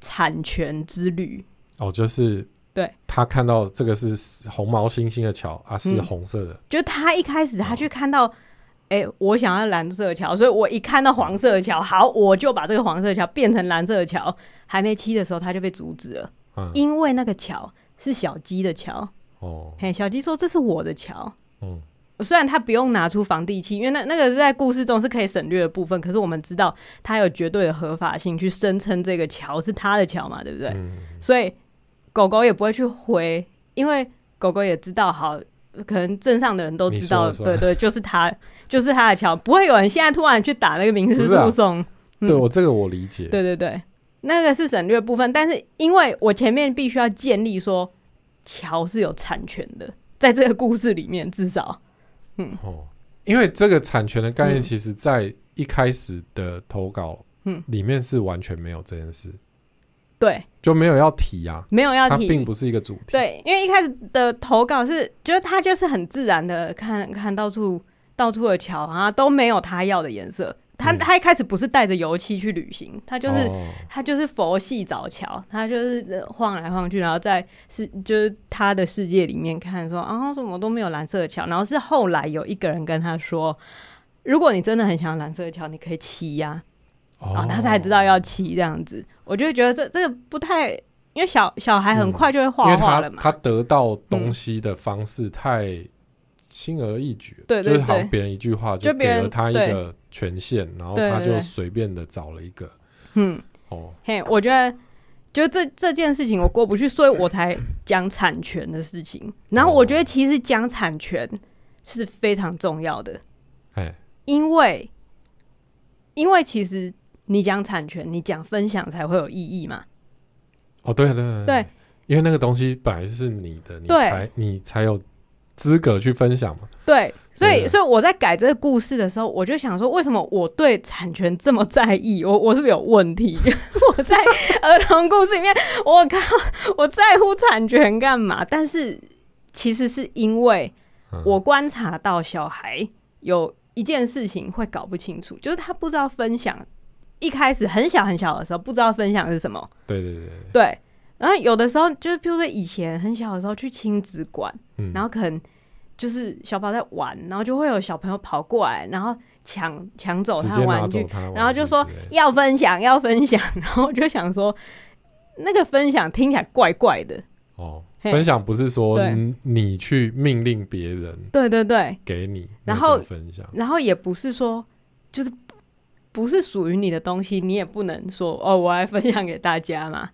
Speaker 1: 产权之旅，
Speaker 2: 哦，就是
Speaker 1: 对，
Speaker 2: 他看到这个是红毛猩猩的桥啊，是
Speaker 1: 嗯
Speaker 2: 红色的，
Speaker 1: 就他一开始他去看到，哎、我想要蓝色的桥，所以我一看到黄色的桥，好，我就把这个黄色的桥变成蓝色的桥。还没漆的时候，他就被阻止了，
Speaker 2: 嗯，
Speaker 1: 因为那个桥是小鸡的桥。
Speaker 2: 哦，
Speaker 1: 嘿，小鸡说这是我的桥。
Speaker 2: 嗯，
Speaker 1: 虽然他不用拿出房地契，因为那那个是在故事中是可以省略的部分，可是我们知道他有绝对的合法性去声称这个桥是他的桥嘛，对不对？
Speaker 2: 嗯，
Speaker 1: 所以狗狗也不会去回，因为狗狗也知道，好，可能镇上的人都知道，
Speaker 2: 你说的
Speaker 1: 对对，就是他，就是他的桥，不会有人现在突然去打那个民事
Speaker 2: 不是啊
Speaker 1: 诉讼。嗯
Speaker 2: 对我这个我理解，
Speaker 1: 对对对，那个是省略部分，但是因为我前面必须要建立说桥是有产权的，在这个故事里面至少，
Speaker 2: 哦，因为这个产权的概念，
Speaker 1: 嗯
Speaker 2: 其实在一开始的投稿，
Speaker 1: 嗯
Speaker 2: 里面是完全没有这件事，
Speaker 1: 对，
Speaker 2: 就没有要提啊，
Speaker 1: 没有要
Speaker 2: 它
Speaker 1: 提，
Speaker 2: 并不是一个主题，，
Speaker 1: 对，因为一开始的投稿是，就是他就是很自然的看看到处到处的桥啊，都没有他要的颜色。他、
Speaker 2: 嗯
Speaker 1: 他一开始不是带着油漆去旅行，他就是、
Speaker 2: 哦、
Speaker 1: 他就是佛系找桥，他就是呃晃来晃去，然后在世就是他的世界里面看说啊什么都没有蓝色的桥，然后是后来有一个人跟他说。如果你真的很想要蓝色的桥，你可以骑呀、然
Speaker 2: 哦
Speaker 1: 后他才知道要骑这样子。我就会觉得这这个不太，因为小小孩
Speaker 2: 嗯
Speaker 1: 很快就会
Speaker 2: 因
Speaker 1: 画
Speaker 2: 为
Speaker 1: 画
Speaker 2: 他
Speaker 1: 了嘛。
Speaker 2: 他得到东西的方式太轻而易举了，
Speaker 1: 对对
Speaker 2: 就是好像
Speaker 1: 对
Speaker 2: 别人一句话
Speaker 1: 就别
Speaker 2: 给
Speaker 1: 人
Speaker 2: 了他一个权限，然后他
Speaker 1: 对对
Speaker 2: 就
Speaker 1: 对
Speaker 2: 随便的找了一个
Speaker 1: 嗯，
Speaker 2: 哦，
Speaker 1: 嘿，我觉得就这这件事情我过不去，所以我才讲产权的事情。然后我觉得其实讲产权是非常重要的，
Speaker 2: 哎，
Speaker 1: 因为因为其实你讲产权，你讲分享才会有意义嘛。
Speaker 2: 哦，对对对
Speaker 1: 对，
Speaker 2: 因为那个东西本来是你的，你
Speaker 1: 对
Speaker 2: 才你才有资格去分享嘛。
Speaker 1: 对，所以
Speaker 2: 对
Speaker 1: 所以我在改这个故事的时候，我就想说，为什么我对产权这么在意？ 我我是不是有问题？ 就是我在儿童故事里面，我靠，我在乎产权干嘛？但是其实是因为
Speaker 2: 嗯
Speaker 1: 我观察到小孩有一件事情会搞不清楚，就是他不知道分享。一开始很小很小的时候，不知道分享是什么，
Speaker 2: 对对对，对
Speaker 1: 对。然后有的时候就是，譬如说以前很小的时候去亲子馆。
Speaker 2: 嗯，
Speaker 1: 然后可能就是小宝在玩，然后就会有小朋友跑过来，然后抢抢走
Speaker 2: 直
Speaker 1: 他
Speaker 2: 接拿
Speaker 1: 玩
Speaker 2: 走
Speaker 1: 具，
Speaker 2: 他玩具之类的，
Speaker 1: 然后就说要分享，要分享。 然后我就想说，那个分享听起来怪怪的，
Speaker 2: 哦，
Speaker 1: 嘿
Speaker 2: 分享不是说
Speaker 1: 对
Speaker 2: 你你去命令别人
Speaker 1: 对对对，
Speaker 2: 给你，
Speaker 1: 然后
Speaker 2: 那种分享，
Speaker 1: 然后也不是说就是不是属于你的东西，你也不能说哦，我来分享给大家嘛，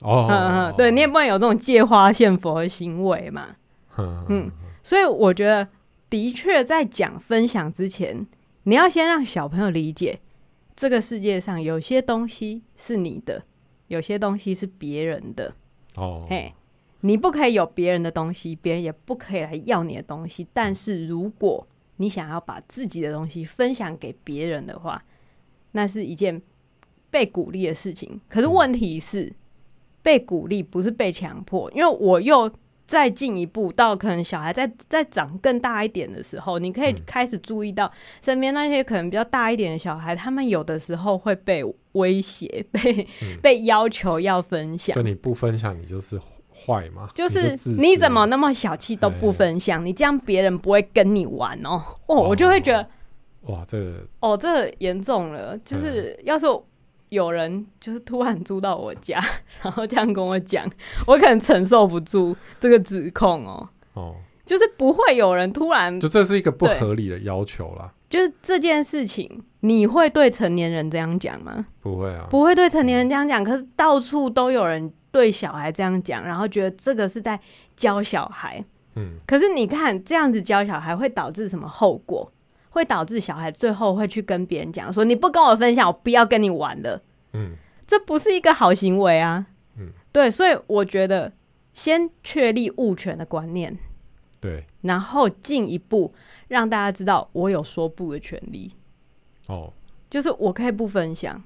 Speaker 2: 哦，
Speaker 1: 嗯嗯，对你也不能有这种借花献佛的行为嘛，
Speaker 2: 嗯
Speaker 1: 嗯，所以我觉得，的确在讲分享之前，你要先让小朋友理解，这个世界上有些东西是你的，有些东西是别人的。
Speaker 2: 哦，
Speaker 1: 嘿，你不可以有别人的东西，别人也不可以来要你的东西。但是如果你想要把自己的东西分享给别人的话，那是一件被鼓励的事情。可是问题是，
Speaker 2: 嗯
Speaker 1: 被鼓励不是被强迫，因为我又。再进一步到可能小孩再再长更大一点的时候，你可以
Speaker 2: 嗯
Speaker 1: 开始注意到身边那些可能比较大一点的小孩，他们有的时候会被威胁、被、
Speaker 2: 嗯
Speaker 1: 被要求要分享
Speaker 2: 就。你不分享，你就是坏嘛，
Speaker 1: 就是
Speaker 2: 自私
Speaker 1: 你怎么那么小气都不分享？你这样别人不会跟你玩哦。哦，我就会觉得
Speaker 2: 哇，这个
Speaker 1: 哦，这严重了。就是要是有人就是突然住到我家， 然后这样跟我讲，我可能承受不住这个指控哦。
Speaker 2: 哦，
Speaker 1: 就是不会有人突然
Speaker 2: 就这是一个不
Speaker 1: 对
Speaker 2: 合理的要求啦，
Speaker 1: 就是这件事情，你会对成年人这样讲吗？
Speaker 2: 不会啊，
Speaker 1: 不会对成年人这样讲，可是到处都有人对小孩这样讲，然后觉得这个是在教小孩。
Speaker 2: 嗯，
Speaker 1: 可是你看这样子教小孩会导致什么后果？会导致小孩最后会去跟别人讲说：“你不跟我分享，我不要跟你玩了。
Speaker 2: 嗯”
Speaker 1: 这不是一个好行为啊。
Speaker 2: 嗯，
Speaker 1: 对，所以我觉得先确立物权的观念，
Speaker 2: 对，
Speaker 1: 然后进一步让大家知道我有说不的权利，
Speaker 2: 哦，
Speaker 1: 就是我可以不分享，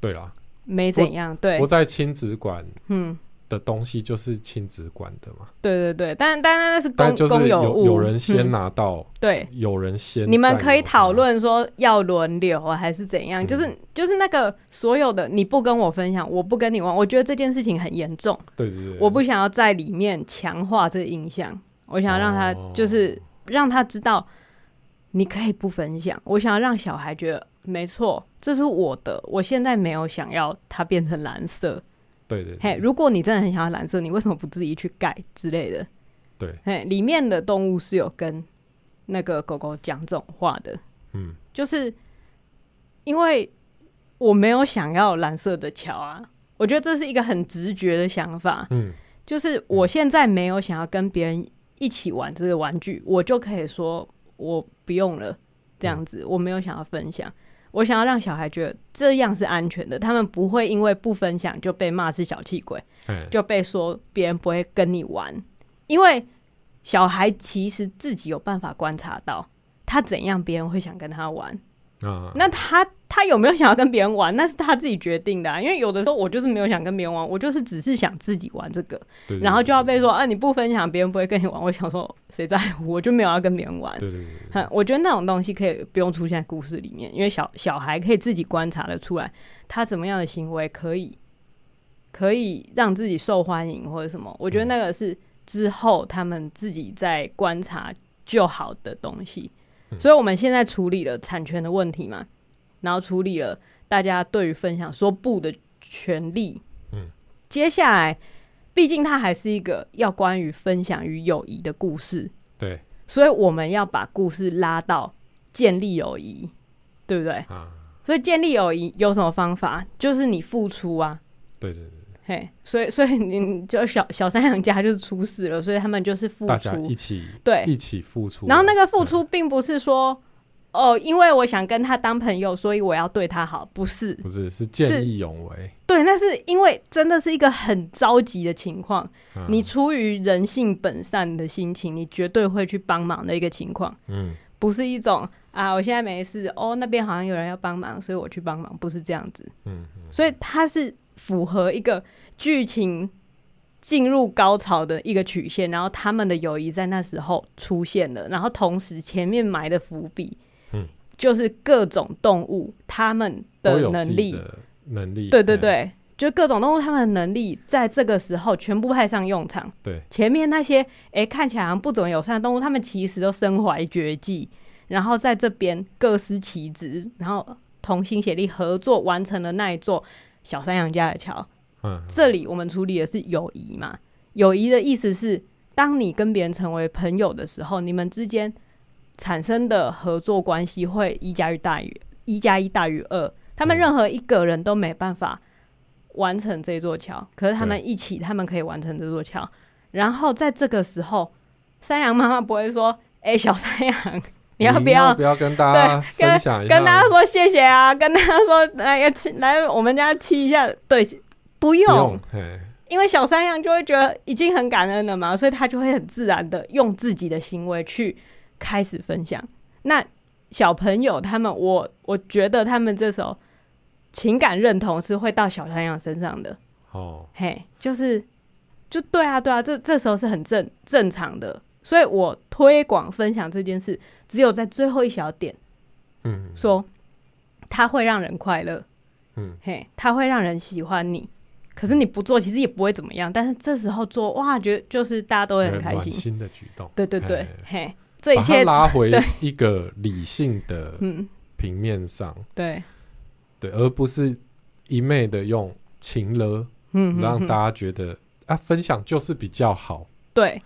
Speaker 2: 对啦，
Speaker 1: 没怎样。对
Speaker 2: 我，在亲子馆
Speaker 1: 嗯，
Speaker 2: 的东西就是亲子馆的嘛，
Speaker 1: 对对对，但但那是公
Speaker 2: 但就是
Speaker 1: 公有
Speaker 2: 有
Speaker 1: 物，
Speaker 2: 有人先
Speaker 1: 嗯
Speaker 2: 拿到，
Speaker 1: 对，
Speaker 2: 有人先，
Speaker 1: 你们可以讨。论说要轮流啊还是怎样，
Speaker 2: 嗯
Speaker 1: 就是就是那个所有的你不跟我分享，我不跟你玩，我觉得这件事情很严重，
Speaker 2: 对对对，
Speaker 1: 我不想要在里面强化这个印象，我想要让他
Speaker 2: 哦
Speaker 1: 就是让他知道你可以不分享，我想要让小孩觉得没错，这是我的，我现在没有想要它变成蓝色，
Speaker 2: 对对
Speaker 1: 嘿，
Speaker 2: 对
Speaker 1: 如果你真的很想要蓝色，你为什么不自己去盖之类的？
Speaker 2: 对，
Speaker 1: 嘿，里面的动物是有跟那个狗狗讲这种话的。
Speaker 2: 嗯，
Speaker 1: 就是因为我没有想要蓝色的桥啊，我觉得这是一个很直觉的想法，
Speaker 2: 嗯，
Speaker 1: 就是我现在没有想要跟别人一起玩这个玩具，我就可以说我不用了，这样
Speaker 2: 嗯
Speaker 1: 子我没有想要分享。我想要让小孩觉得这样是安全的，他们不会因为不分享就被骂是小气鬼，
Speaker 2: 哎，
Speaker 1: 就被说别人不会跟你玩，因为小孩其实自己有办法观察到他怎样，别人会想跟他玩。
Speaker 2: 啊，
Speaker 1: 那他他有没有想要跟别人玩，那是他自己决定的、啊。因为有的时候我就是没有想跟别人玩，我就是只是想自己玩这个，
Speaker 2: 对
Speaker 1: 然后就要，
Speaker 2: 对
Speaker 1: 被说啊你不分享，别人不会跟你玩。我想说谁在乎，我就没有要跟别人玩。
Speaker 2: 对对对对
Speaker 1: 哼我觉得那种东西可以不用出现在故事里面，因为小小孩可以自己观察的出来，他怎么样的行为可以可以让自己受欢迎或者什么。我觉得那个是之后他们自己在观察就好的东西。
Speaker 2: 嗯
Speaker 1: 所以我们现在处理了产权的问题嘛，然后处理了大家对于分享说不的权利。
Speaker 2: 嗯，
Speaker 1: 接下来，毕竟它还是一个要关于分享与友谊的故事。
Speaker 2: 对
Speaker 1: 所以我们要把故事拉到建立友谊，对不对？
Speaker 2: 啊，
Speaker 1: 所以建立友谊有什么方法？就是你付出啊，
Speaker 2: 对对对，
Speaker 1: 嘿，所以 所以你就小小三两家就出事了，所以他们就是付
Speaker 2: 大家一啊
Speaker 1: 出，
Speaker 2: 起
Speaker 1: 对，
Speaker 2: 一起付出。
Speaker 1: 然后那个付
Speaker 2: 对
Speaker 1: 出并不是说哦，因为我想跟他当朋友，所以我要对他好，不是，
Speaker 2: 不是是见义勇为，
Speaker 1: 对，那是因为真的是一个很着急的情况，
Speaker 2: 嗯
Speaker 1: 你出于人性本善的心情，你绝对会去帮忙的一个情况，
Speaker 2: 嗯
Speaker 1: 不是一种啊，我现在没事哦，那边好像有人要帮忙，所以我去帮忙，不是这样子。
Speaker 2: 嗯，
Speaker 1: 所以它是符合一个剧情进入高潮的一个曲线，然后他们的友谊在那时候出现了，然后同时前面埋的伏笔，
Speaker 2: 嗯，
Speaker 1: 就是各种动物他们
Speaker 2: 都
Speaker 1: 的
Speaker 2: 有自
Speaker 1: 能
Speaker 2: 己
Speaker 1: 力，
Speaker 2: 的能力，
Speaker 1: 对对
Speaker 2: 嗯，
Speaker 1: 对，就各种动物它们的能力在这个时候全部派上用场。
Speaker 2: 对，
Speaker 1: 前面那些诶看起来好像不怎么友善的动物，它们其实都身怀绝技，然后在这边各司其职，然后同心协力合作完成了那一座小山羊家的桥。
Speaker 2: 嗯，
Speaker 1: 这里我们处理的是友谊嘛？友谊的意思是，当你跟别人成为朋友的时候，你们之间产生的合作关系会一加一大于一加一大于二。他们
Speaker 2: 嗯
Speaker 1: 任何一个人都没办法完成这座桥，可是他
Speaker 2: 对
Speaker 1: 们一起，他们可以完成这座桥。然后在这个时候，山羊妈妈不会说：“哎、小山羊，你要不
Speaker 2: 要
Speaker 1: 要
Speaker 2: 不要跟大家
Speaker 1: 对
Speaker 2: 分享一下？
Speaker 1: 跟大家说谢谢啊？跟大家说哎来要亲来我们家亲一下。”对，不
Speaker 2: 不
Speaker 1: 用
Speaker 2: 用，嘿，
Speaker 1: 因为小三样就会觉得已经很感恩了嘛，所以他就会很自然的用自己的行为去开始分享。那小朋友他们，我我觉得他们这时候情感认同是会到小三样身上的，
Speaker 2: 哦，
Speaker 1: 嘿，就是就对啊，对啊，这这时候是很正正常的。所以我推广分享这件事，只有在最后一小点
Speaker 2: 嗯，
Speaker 1: 说，它会让人快乐，
Speaker 2: 嗯，
Speaker 1: 嘿，它会让人喜欢你。可是你不做，其实也不会怎么样。但是这时候做，哇，觉得就是大家都会很开
Speaker 2: 暖
Speaker 1: 心。
Speaker 2: 心的举动，
Speaker 1: 对对对
Speaker 2: 哎，
Speaker 1: 嘿，这一
Speaker 2: 把它
Speaker 1: 切，
Speaker 2: 拉回
Speaker 1: 对
Speaker 2: 一个理性的
Speaker 1: 嗯，
Speaker 2: 平面上，
Speaker 1: 对，
Speaker 2: 对，而不是一昧的用情了，
Speaker 1: 嗯，
Speaker 2: 让
Speaker 1: 嗯嗯
Speaker 2: 大家觉得啊，分享就是比较好。
Speaker 1: 对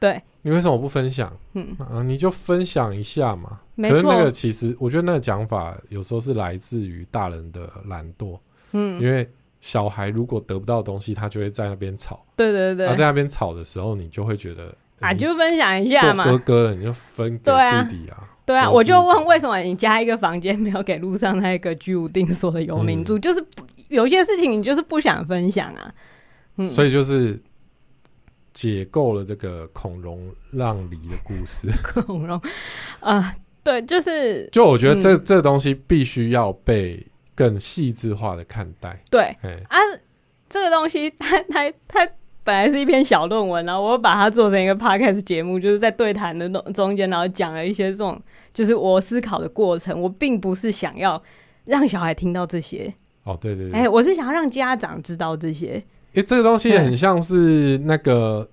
Speaker 1: 对，
Speaker 2: 你为什么不分享？
Speaker 1: 嗯，
Speaker 2: 啊，你就分享一下嘛。
Speaker 1: 没
Speaker 2: 可是
Speaker 1: 错
Speaker 2: 那，个其实，我觉得那个讲法有时候是来自于大人的懒惰，
Speaker 1: 嗯，
Speaker 2: 因为小孩如果得不到东西，他就会在那边吵。
Speaker 1: 对对
Speaker 2: 他
Speaker 1: 对
Speaker 2: 在
Speaker 1: 对，
Speaker 2: 那边吵的时候，你就会觉得
Speaker 1: 啊，
Speaker 2: 你
Speaker 1: 就分享一下
Speaker 2: 做
Speaker 1: 嘛。
Speaker 2: 哥哥的，你就分给
Speaker 1: 对啊
Speaker 2: 弟弟啊。
Speaker 1: 对啊，
Speaker 2: 我
Speaker 1: 我
Speaker 2: 是
Speaker 1: 就问为什么你加一个房间没有给路上那个居无定所的游民住？
Speaker 2: 嗯
Speaker 1: 就是不有些事情你就是不想分享啊。嗯，
Speaker 2: 所
Speaker 1: 以
Speaker 2: 以就是解构了这个孔融让梨的故事。
Speaker 1: 孔融啊，对，就是
Speaker 2: 就我觉得这、
Speaker 1: 嗯
Speaker 2: 这东西必须要被更细致化的看待。
Speaker 1: 对
Speaker 2: 哎，
Speaker 1: 啊，这个东西它它它本来是一篇小论文，然后我把它做成一个 podcast 节目，就是在对谈的中中间，然后讲了一些这种就是我思考的过程。我并不是想要让小孩听到这些，
Speaker 2: 哦，对对对，
Speaker 1: 哎、我是想要让家长知道这些。
Speaker 2: 因为这个东西也很像是那个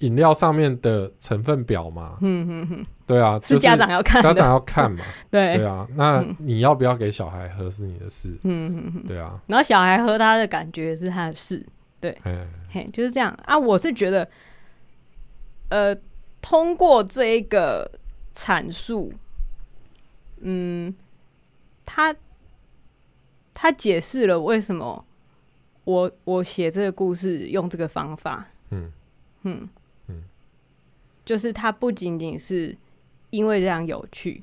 Speaker 2: 饮料上面的成分表嘛。
Speaker 1: 嗯嗯嗯，
Speaker 2: 对啊，就是
Speaker 1: 家长要看
Speaker 2: 家
Speaker 1: 的，
Speaker 2: 长要看嘛。
Speaker 1: 对
Speaker 2: 对啊，那
Speaker 1: 嗯
Speaker 2: 你要不要给小孩喝是你的事。
Speaker 1: 嗯嗯嗯。
Speaker 2: 对啊，
Speaker 1: 然后小孩喝他的感觉是他的事，
Speaker 2: 哎，
Speaker 1: 嘿，就是这样啊。我是觉得，呃，通过这一个阐述，嗯，他他解释了为什么我我写这个故事用这个方法，
Speaker 2: 嗯
Speaker 1: 嗯
Speaker 2: 嗯
Speaker 1: 就是它不仅仅是因为这样有趣，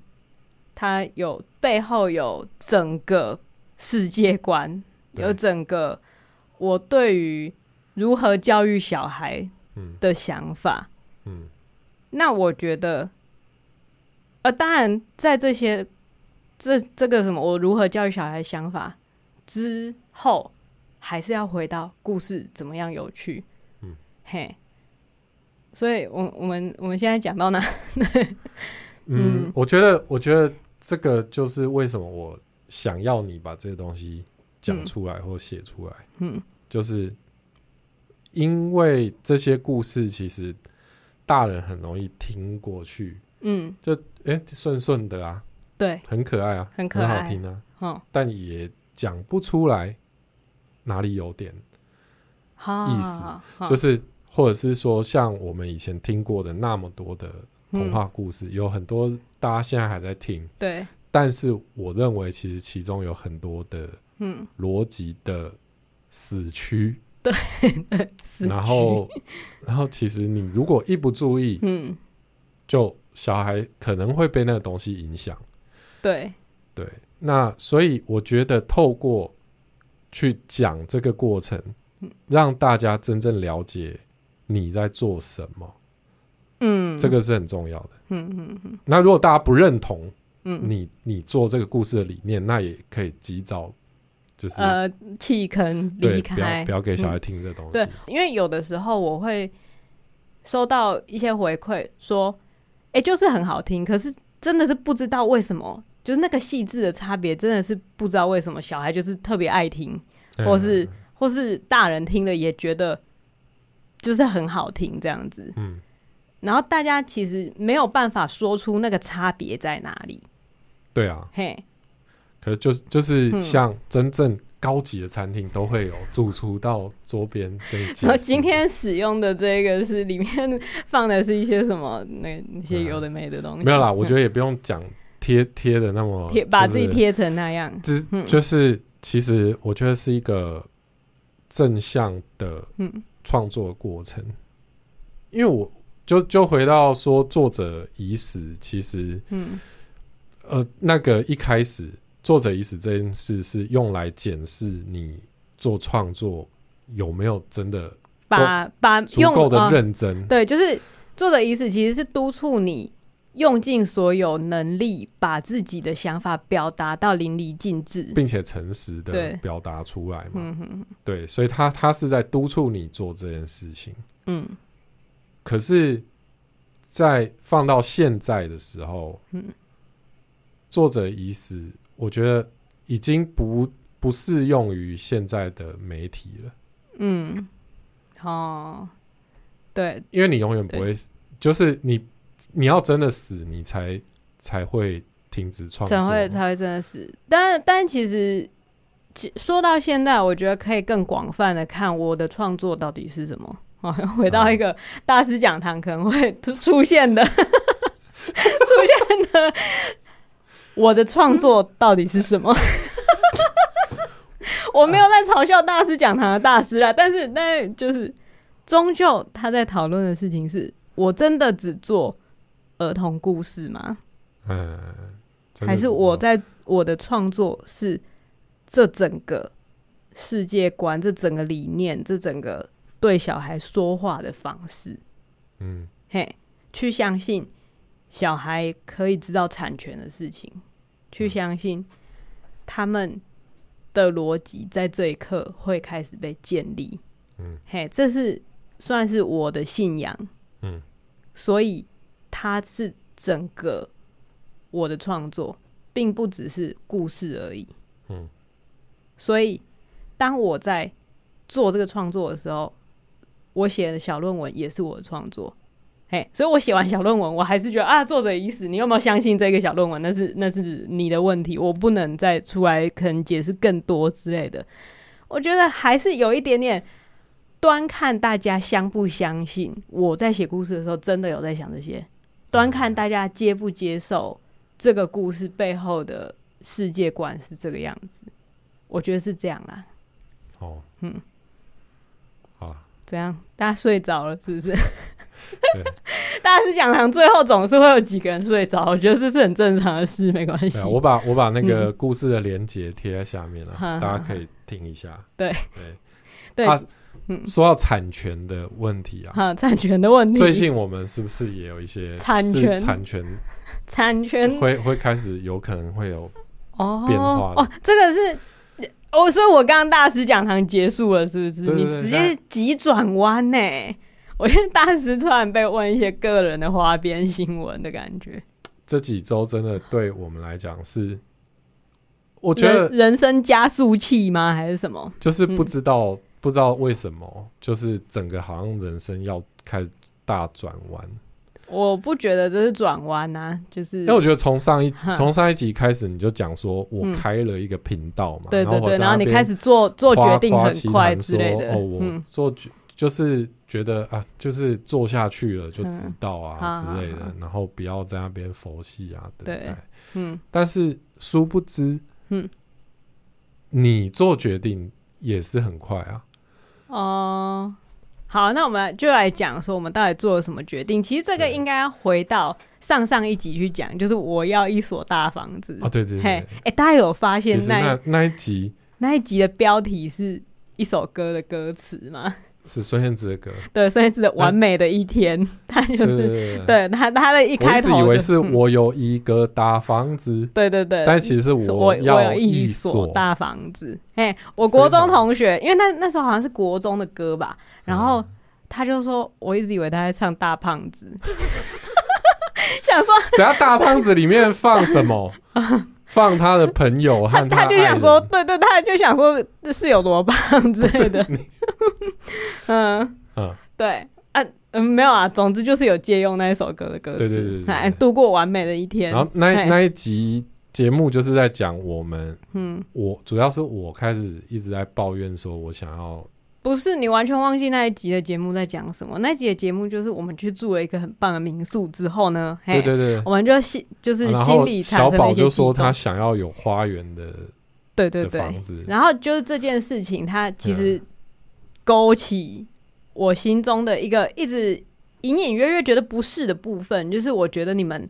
Speaker 1: 它有背后有整个世界观，
Speaker 2: 对
Speaker 1: 有整个我对于如何教育小孩
Speaker 2: 嗯
Speaker 1: 的想法。
Speaker 2: 嗯
Speaker 1: 那我觉得，呃，当然在这些这这个什么我如何教育小孩的想法之后，还是要回到故事怎么样有趣。
Speaker 2: 嗯，
Speaker 1: 嘿。所以我，我们我们现在讲到哪？
Speaker 2: 嗯
Speaker 1: 嗯，
Speaker 2: 我觉得，我觉得这个就是为什么我想要你把这个东西讲出来或写出来，
Speaker 1: 嗯，
Speaker 2: 就是因为这些故事其实大人很容易听过去，
Speaker 1: 嗯，
Speaker 2: 哎，顺顺的啊，
Speaker 1: 对，
Speaker 2: 很可爱啊，
Speaker 1: 很可爱
Speaker 2: 好听啊，
Speaker 1: 哦，
Speaker 2: 但也讲不出来哪里有点，
Speaker 1: 好，
Speaker 2: 意思
Speaker 1: 好好
Speaker 2: 就是是或者是说像我们以前听过的那么多的童话故事，有很多大家现在还在听。
Speaker 1: 嗯 对，
Speaker 2: 但是我认为，其实其中有很多的
Speaker 1: 嗯
Speaker 2: 逻辑的死区，
Speaker 1: 死
Speaker 2: 然后，然后其实你如果一不 注意，
Speaker 1: 嗯，
Speaker 2: 就小孩可能会被那个东西影响。
Speaker 1: 对，
Speaker 2: 对，那所以我觉得透过去讲这个过程，
Speaker 1: 嗯
Speaker 2: 让大家真正了解你在做什么，
Speaker 1: 嗯，
Speaker 2: 这个是很重要的。
Speaker 1: 嗯，嗯嗯
Speaker 2: 那如果大家不认同
Speaker 1: 嗯，
Speaker 2: 你你做这个故事的理念，那也可以及早就是、
Speaker 1: 呃，弃坑
Speaker 2: 对，
Speaker 1: 离
Speaker 2: 不要
Speaker 1: 开嗯
Speaker 2: 不，要给小孩听这东西。
Speaker 1: 对，因为有的时候我会收到一些回馈，说，哎、就是很好听，可是真的是不知道为什么，就是那个细致的差别，真的是不知道为什么小孩就是特别爱听，
Speaker 2: 嗯
Speaker 1: 或是或是大人听了也觉得就是很好听这样子。
Speaker 2: 嗯，
Speaker 1: 然后大家其实没有办法说出那个差别在哪里，
Speaker 2: 对啊，
Speaker 1: 嘿，
Speaker 2: 可是就是就是
Speaker 1: 嗯
Speaker 2: 像真正高级的餐厅都会有主厨到桌边跟你解
Speaker 1: 我
Speaker 2: 释。
Speaker 1: 今天使用的这个是里面放的是一些什么那那些有的没的东西。
Speaker 2: 没有 啦，我觉
Speaker 1: 得
Speaker 2: 得也不用讲贴贴的那么
Speaker 1: 贴把自己，
Speaker 2: 哦就是
Speaker 1: 贴成那样。
Speaker 2: 只
Speaker 1: 嗯
Speaker 2: 就是其实我觉得是一个正向的
Speaker 1: 嗯
Speaker 2: 创作过程，因为我就就回到说作者已死，其实
Speaker 1: 嗯
Speaker 2: 呃那个一开始作者已死这件事是用来检视你做创作有没有真的
Speaker 1: 把把
Speaker 2: 足
Speaker 1: 用
Speaker 2: 够的
Speaker 1: 呃
Speaker 2: 认真，
Speaker 1: 对，就是作者意思其实是督促你用尽所有能力，把自己的想法表达到淋漓尽致。
Speaker 2: 并且诚实的
Speaker 1: 对
Speaker 2: 表达出来嘛。
Speaker 1: 嗯哼
Speaker 2: 对，所以他他是在督促你做这件事情。
Speaker 1: 嗯
Speaker 2: 可是，在放到现在的时候，
Speaker 1: 嗯
Speaker 2: 作者已死，我觉得已经不不适用于现在的媒体了，
Speaker 1: 嗯，哦，对，
Speaker 2: 因为你永远不会，就是你你要真的死，你才才会停止创作
Speaker 1: 才
Speaker 2: 嘛。
Speaker 1: 会才会真的是，但但其实其说到现在，我觉得可以更广泛的看我的创作到底是什么。 哦，回到一个大师讲堂可能会出出现的 出现的，我的创作到底是什么？ 我没有在嘲笑大师讲堂的大师啦，但是但就是终究他在讨论的事情是我真的只做儿童故事吗？
Speaker 2: 嗯，真的哦
Speaker 1: 还是我
Speaker 2: 这样
Speaker 1: 在我的创作是这整个世界观、这整个理念、这整个对小孩说话的方式，
Speaker 2: 嗯
Speaker 1: 嘿，去相信小孩可以知道产权的事情，
Speaker 2: 嗯
Speaker 1: 去相信他们的逻辑在这一刻会开始被建立。
Speaker 2: 嗯，
Speaker 1: 嘿，这是算是我的信仰。
Speaker 2: 嗯，
Speaker 1: 所以它是整个我的创作，并不只是故事而已。
Speaker 2: 嗯，
Speaker 1: 所以当我在做这个创作的时候，我写的小论文也是我的创作。嘿，所以我写完小论文，我还是觉得啊，作者已死，你有没有相信这个小论文？那是 那是你的问题，我不能再出来可能解释更多之类的。我觉得还是有一点点端看大家相不相信，我在写故事的时候真的有在想这些，端看大家接不接受这个故事背后的世界观是这个样子，我觉得是这样啦。
Speaker 2: 哦
Speaker 1: 嗯
Speaker 2: 好啦
Speaker 1: 怎样？大家睡着了是不是？
Speaker 2: 对
Speaker 1: 大师讲堂最后总是会有几个人睡着，我觉得这是很正常的事，没关系
Speaker 2: 对啊，。我把我把那个故事的连接贴在下面了、啊
Speaker 1: 嗯
Speaker 2: 大家可以听一下。
Speaker 1: 对
Speaker 2: 对，
Speaker 1: 对，
Speaker 2: 啊
Speaker 1: 嗯
Speaker 2: 说到产权的问题啊，
Speaker 1: 啊，产权的问题，
Speaker 2: 最近我们是不是也有一些
Speaker 1: 产
Speaker 2: 是
Speaker 1: 权
Speaker 2: 产权
Speaker 1: 产权
Speaker 2: 会会开始有可能会有
Speaker 1: 哦
Speaker 2: 变化了
Speaker 1: 哦，这个是哦，所以我刚刚大师讲堂结束了，是不是？
Speaker 2: 对对对
Speaker 1: 你直接急转弯呢？我觉得大师突然被问一些个人的花边新闻的感觉，
Speaker 2: 这几周真的对我们来讲是，我
Speaker 1: 我
Speaker 2: 觉得
Speaker 1: 人人生加速器吗？还是什么？
Speaker 2: 就是不知道、
Speaker 1: 嗯
Speaker 2: 不知道为什么，就是整个好像人生要开始大转弯。
Speaker 1: 我不觉得这是转弯啊，就是
Speaker 2: 因为我觉得从上一
Speaker 1: 哼
Speaker 2: 从上一集开始，你就讲说我
Speaker 1: 嗯
Speaker 2: 开了一个频道嘛，
Speaker 1: 对对
Speaker 2: 我
Speaker 1: 对，
Speaker 2: 在
Speaker 1: 然后
Speaker 2: 那
Speaker 1: 你
Speaker 2: 边
Speaker 1: 开始做做决定
Speaker 2: 夸夸
Speaker 1: 很
Speaker 2: 其
Speaker 1: 快
Speaker 2: 谈
Speaker 1: 之类
Speaker 2: 说
Speaker 1: 的，
Speaker 2: 哦，我
Speaker 1: 嗯
Speaker 2: 做决就是觉得啊，就是做下去了就知道啊
Speaker 1: 嗯
Speaker 2: 之类
Speaker 1: 好好
Speaker 2: 的，然后不要在那边佛系啊等
Speaker 1: 对
Speaker 2: 待。
Speaker 1: 嗯
Speaker 2: 但是殊不知，
Speaker 1: 嗯，
Speaker 2: 你做决定也是很快啊。
Speaker 1: 哦、好，那我们就来讲说我们到底做了什么决定。其实这个
Speaker 2: 对
Speaker 1: 应该要回到上上一集去讲，就是我要一所大房子。
Speaker 2: 哦，对对
Speaker 1: 嘿
Speaker 2: 对，，
Speaker 1: 哎、大家有发现
Speaker 2: 其实
Speaker 1: 那一
Speaker 2: 那那一集
Speaker 1: 那一集的标题是一首歌的歌词吗？
Speaker 2: 是孙燕姿的歌，
Speaker 1: 对，孙燕姿的《完美的一天》，他就
Speaker 2: 对
Speaker 1: 是
Speaker 2: 对嗯对对，
Speaker 1: 对他他的一
Speaker 2: 我
Speaker 1: 开
Speaker 2: 一直
Speaker 1: 头
Speaker 2: 以为
Speaker 1: 就是嗯
Speaker 2: 我有一个大房子，
Speaker 1: 对对对，
Speaker 2: 但其实是
Speaker 1: 是
Speaker 2: 我
Speaker 1: 我
Speaker 2: 要
Speaker 1: 有一所
Speaker 2: 所
Speaker 1: 大房子。哎，我国中
Speaker 2: 非常
Speaker 1: 同学，因为那那时候好像是国中的歌吧，然后
Speaker 2: 嗯
Speaker 1: 他就说，我一直以为他在唱《大胖子》，想说
Speaker 2: 等下大胖子里面放什 么？放他的朋友
Speaker 1: 他
Speaker 2: 和
Speaker 1: 他
Speaker 2: 的
Speaker 1: 就
Speaker 2: 爱
Speaker 1: 想 说，
Speaker 2: 人
Speaker 1: 对对，他就想说是有多胖之类 的，嗯，
Speaker 2: 嗯，
Speaker 1: 对。啊，嗯，没有啊，总之就是有借用那一首歌的歌词，
Speaker 2: 对对对对 对
Speaker 1: 哎，度过完美的一天。
Speaker 2: 然后那
Speaker 1: 嘿
Speaker 2: 那一集节目就是在讲我们，
Speaker 1: 嗯，
Speaker 2: 我主要是我开始一直在抱怨说，我想要
Speaker 1: 不是，你完全忘记那一集的节目在讲什么。那一集的节目就是我们去住了一个很棒的民宿之后呢，嘿，
Speaker 2: 对对对，
Speaker 1: 我们就心就是
Speaker 2: 啊然
Speaker 1: 哎心
Speaker 2: 后
Speaker 1: 里产
Speaker 2: 小
Speaker 1: 生了
Speaker 2: 宝
Speaker 1: 一些
Speaker 2: 就说
Speaker 1: 激动
Speaker 2: 他想要有花园的
Speaker 1: 对对
Speaker 2: 的
Speaker 1: 对，
Speaker 2: 房子，
Speaker 1: 然后就是这件事情，它其实勾起我心中的一个一直隐隐约约觉得不适的部分，就是我觉得你们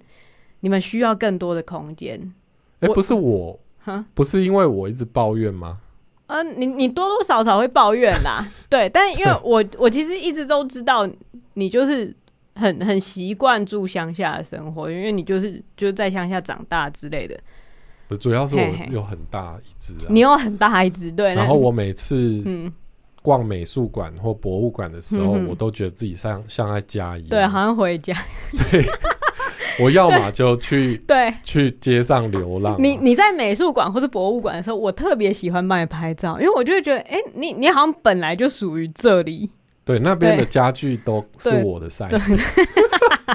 Speaker 1: 你们需要更多的空间。
Speaker 2: 哎，
Speaker 1: 我
Speaker 2: 不是我
Speaker 1: 哈，
Speaker 2: 不是因为我一直抱怨吗？
Speaker 1: 嗯、你你多多少少会抱怨啦， 对，但因为 我我其实一直都知道你就是很很习惯住乡下的生活，因为你就是就是在乡下长大之类的，
Speaker 2: 不主要是
Speaker 1: 嘿嘿
Speaker 2: 我有很大一只啊
Speaker 1: 你，有很大一只对，那
Speaker 2: 然后我每次
Speaker 1: 嗯
Speaker 2: 逛美术馆或博物馆的时候，
Speaker 1: 嗯嗯
Speaker 2: 我都觉得自己像像在家一样，
Speaker 1: 对，好像回家
Speaker 2: 所以我要么就去
Speaker 1: 对
Speaker 2: 去街上流浪嘛，
Speaker 1: 你你在美术馆或是博物馆的时候，我特别喜欢帮你拍照，因为我就会觉得，哎、你你好像本来就属于这里，
Speaker 2: 对那边的
Speaker 1: 对
Speaker 2: 家具都是
Speaker 1: 对
Speaker 2: 我的 size，
Speaker 1: 对，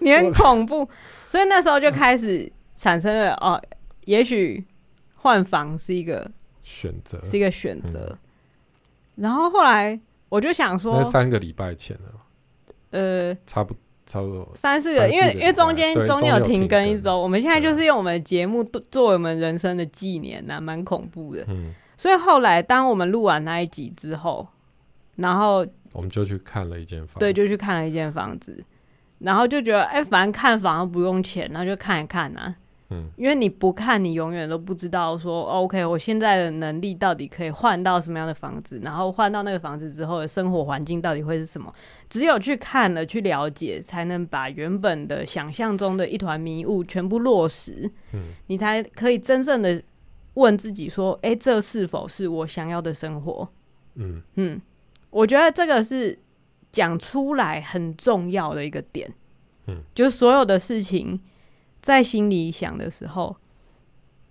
Speaker 1: 你很恐怖，所以那时候就开始产生了哦，也许换房是一
Speaker 2: 嗯
Speaker 1: 个
Speaker 2: 选择。
Speaker 1: 是一个选择，然后后来我就想说
Speaker 2: 嗯那，三个礼拜前了，
Speaker 1: 呃，
Speaker 2: 差不差不多。
Speaker 1: 三四个，
Speaker 2: 三四
Speaker 1: 因为
Speaker 2: 个
Speaker 1: 因为中
Speaker 2: 礼拜
Speaker 1: 间
Speaker 2: 对
Speaker 1: 中间
Speaker 2: 中间有
Speaker 1: 停
Speaker 2: 停
Speaker 1: 更
Speaker 2: 更
Speaker 1: 一周，我们现在
Speaker 2: 对啊
Speaker 1: 就是用我们的节目做做我们人生的纪念呐、蛮恐怖的。
Speaker 2: 嗯，
Speaker 1: 所以后来，当我们录完那一集之后，然后
Speaker 2: 我们就去看了一间房。
Speaker 1: 对，就去看了一间房子，然后就觉得，哎、反正看房又不用钱，那就看一看啊。
Speaker 2: 嗯，
Speaker 1: 因为你不看，你永远都不知道说哦，OK，我现在的能力到底可以换到什么样的房子，然后换到那个房子之后的生活环境到底会是什么。只有去看了、去了解，才能把原本的想象中的一团迷雾全部落实。
Speaker 2: 嗯，
Speaker 1: 你才可以真正的问自己说，哎、这是否是我想要的生活？
Speaker 2: 嗯，
Speaker 1: 嗯，我觉得这个是讲出来很重要的一个点。
Speaker 2: 嗯，
Speaker 1: 就是所有的事情在心里想的时候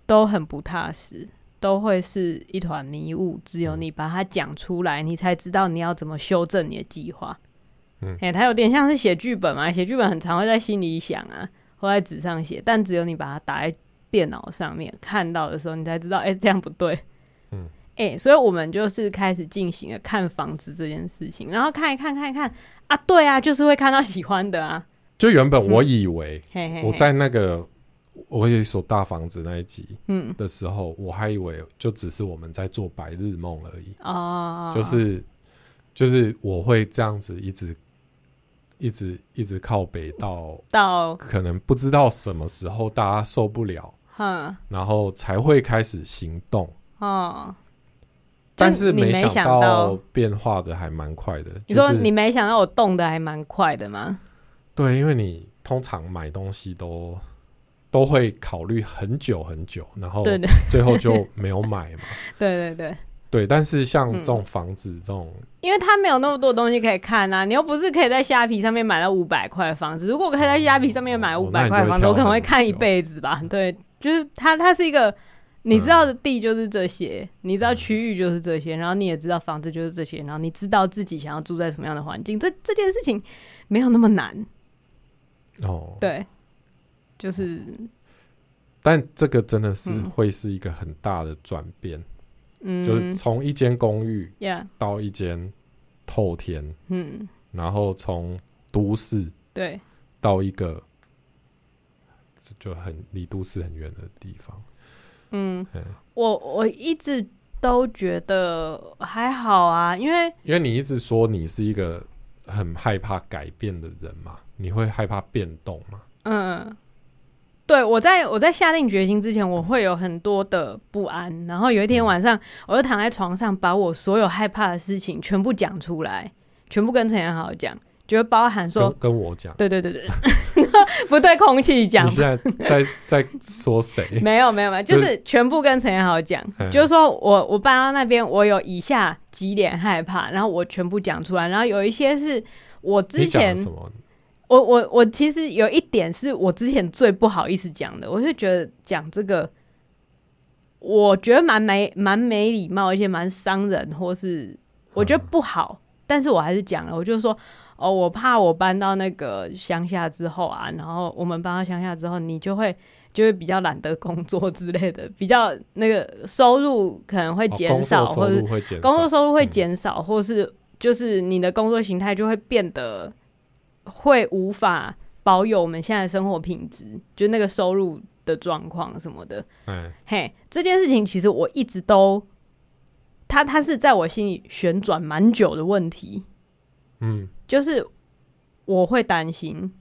Speaker 1: 都很不踏实，都会是一团迷雾。只有
Speaker 2: 嗯
Speaker 1: 你把它讲出来，你才知道你要怎么修正你的计划。
Speaker 2: 嗯
Speaker 1: 哎、它有点像是写剧本嘛，写剧本很常会在心里想啊，或在纸上写，但只有你把它打在电脑上面看到的时候，你才知道，哎、这样不对。
Speaker 2: 嗯，
Speaker 1: 哎、所以我们就是开始进行了看房子这件事情，然后看一看，看一看啊，对啊，就是会看到喜欢的啊。
Speaker 2: 就原本我以为
Speaker 1: 嘿嘿嘿
Speaker 2: 我在那个我有一所大房子那一集
Speaker 1: 嗯
Speaker 2: 的时候，我还以为就只是我们在做白日梦而已，
Speaker 1: 哦，
Speaker 2: 就是就是我会这样子一直一直一直靠北到
Speaker 1: 到
Speaker 2: 可能不知道什么时候大家受不了，
Speaker 1: 哼
Speaker 2: 然后才会开始行动。
Speaker 1: 哦，就
Speaker 2: 但是
Speaker 1: 你没
Speaker 2: 想
Speaker 1: 想到
Speaker 2: 变化的还蛮快的。
Speaker 1: 你
Speaker 2: 就
Speaker 1: 说
Speaker 2: 是
Speaker 1: 你没想到我动的还蛮快的吗？
Speaker 2: 对，因为你通常买东西都都会考虑很久很久，然后
Speaker 1: 对对
Speaker 2: 最后就没有买嘛。
Speaker 1: 对对对，
Speaker 2: 对，但是像
Speaker 1: 嗯
Speaker 2: 这种房子、这种，
Speaker 1: 因为它没有那么多东西可以看啊，你又不是可以在虾皮上面买到五百块的房子。如果我可以在虾皮上面买
Speaker 2: 哦
Speaker 1: 五百块的房子，
Speaker 2: 那
Speaker 1: 我
Speaker 2: 你就会挑
Speaker 1: 可能会看一
Speaker 2: 很久
Speaker 1: 辈子吧。对，就是它，它是一个你知道的地就是这些，你知道区域就是这些，然后你也知道房子就是这些，然后你知道自己想要住在什么样的环境，这这件事情没有那么难。
Speaker 2: 哦，
Speaker 1: 对，就是
Speaker 2: 但这个真的是
Speaker 1: 嗯
Speaker 2: 会是一个很大的转变，
Speaker 1: 嗯，
Speaker 2: 就是从一间公寓
Speaker 1: yeah，
Speaker 2: 到一间透天，
Speaker 1: 嗯，
Speaker 2: 然后从都市
Speaker 1: 对，
Speaker 2: 到一个这就很离都市很远的地方。
Speaker 1: 嗯
Speaker 2: 嗯，
Speaker 1: 我我一直都觉得还好啊，因为
Speaker 2: 因为你一直说你是一个很害怕改变的人嘛，你会害怕变动嘛？
Speaker 1: 嗯，对我在我在下定决心之前，我会有很多的不安，然后有一
Speaker 2: 嗯
Speaker 1: 天晚上，我就躺在床上，把我所有害怕的事情全部讲出来，全部跟陈彦豪讲，就包含说
Speaker 2: 跟，跟我讲，
Speaker 1: 对对对 对，不对空气讲
Speaker 2: 你，现在在在说谁？
Speaker 1: 没有没有没有，就
Speaker 2: 就是
Speaker 1: 是全部跟陈彦豪讲，
Speaker 2: 嗯
Speaker 1: 就是说我我搬到那边，我有以下几点害怕，然后我全部讲出来，然后有一些是我 之
Speaker 2: 你讲
Speaker 1: 前
Speaker 2: 了什么？
Speaker 1: 我我我其实有一点是我之前最不好意思讲的，我就觉得讲这个，我觉得蛮没蛮没礼貌，而且蛮伤人，或是我觉得
Speaker 2: 嗯
Speaker 1: 不好，但是我还是讲了，我就说。哦，我怕我搬到那个乡下之后啊，然后我们搬到乡下之后，你就会就会比较懒得工作之类的，比较那个收入可能会
Speaker 2: 哦
Speaker 1: 减少，
Speaker 2: 工
Speaker 1: 或
Speaker 2: 作
Speaker 1: 者
Speaker 2: 收入会减
Speaker 1: 工作
Speaker 2: 少，
Speaker 1: 收入会
Speaker 2: 嗯
Speaker 1: 减少，或是就是你的工作形态就会变得会无法保有我们现在的生活品质，就那个收入的状况什么的。
Speaker 2: 哎，
Speaker 1: 嘿，这件事情其实我一直都，它它是在我心里旋转蛮久的问题，
Speaker 2: 嗯，
Speaker 1: 就是我会担心，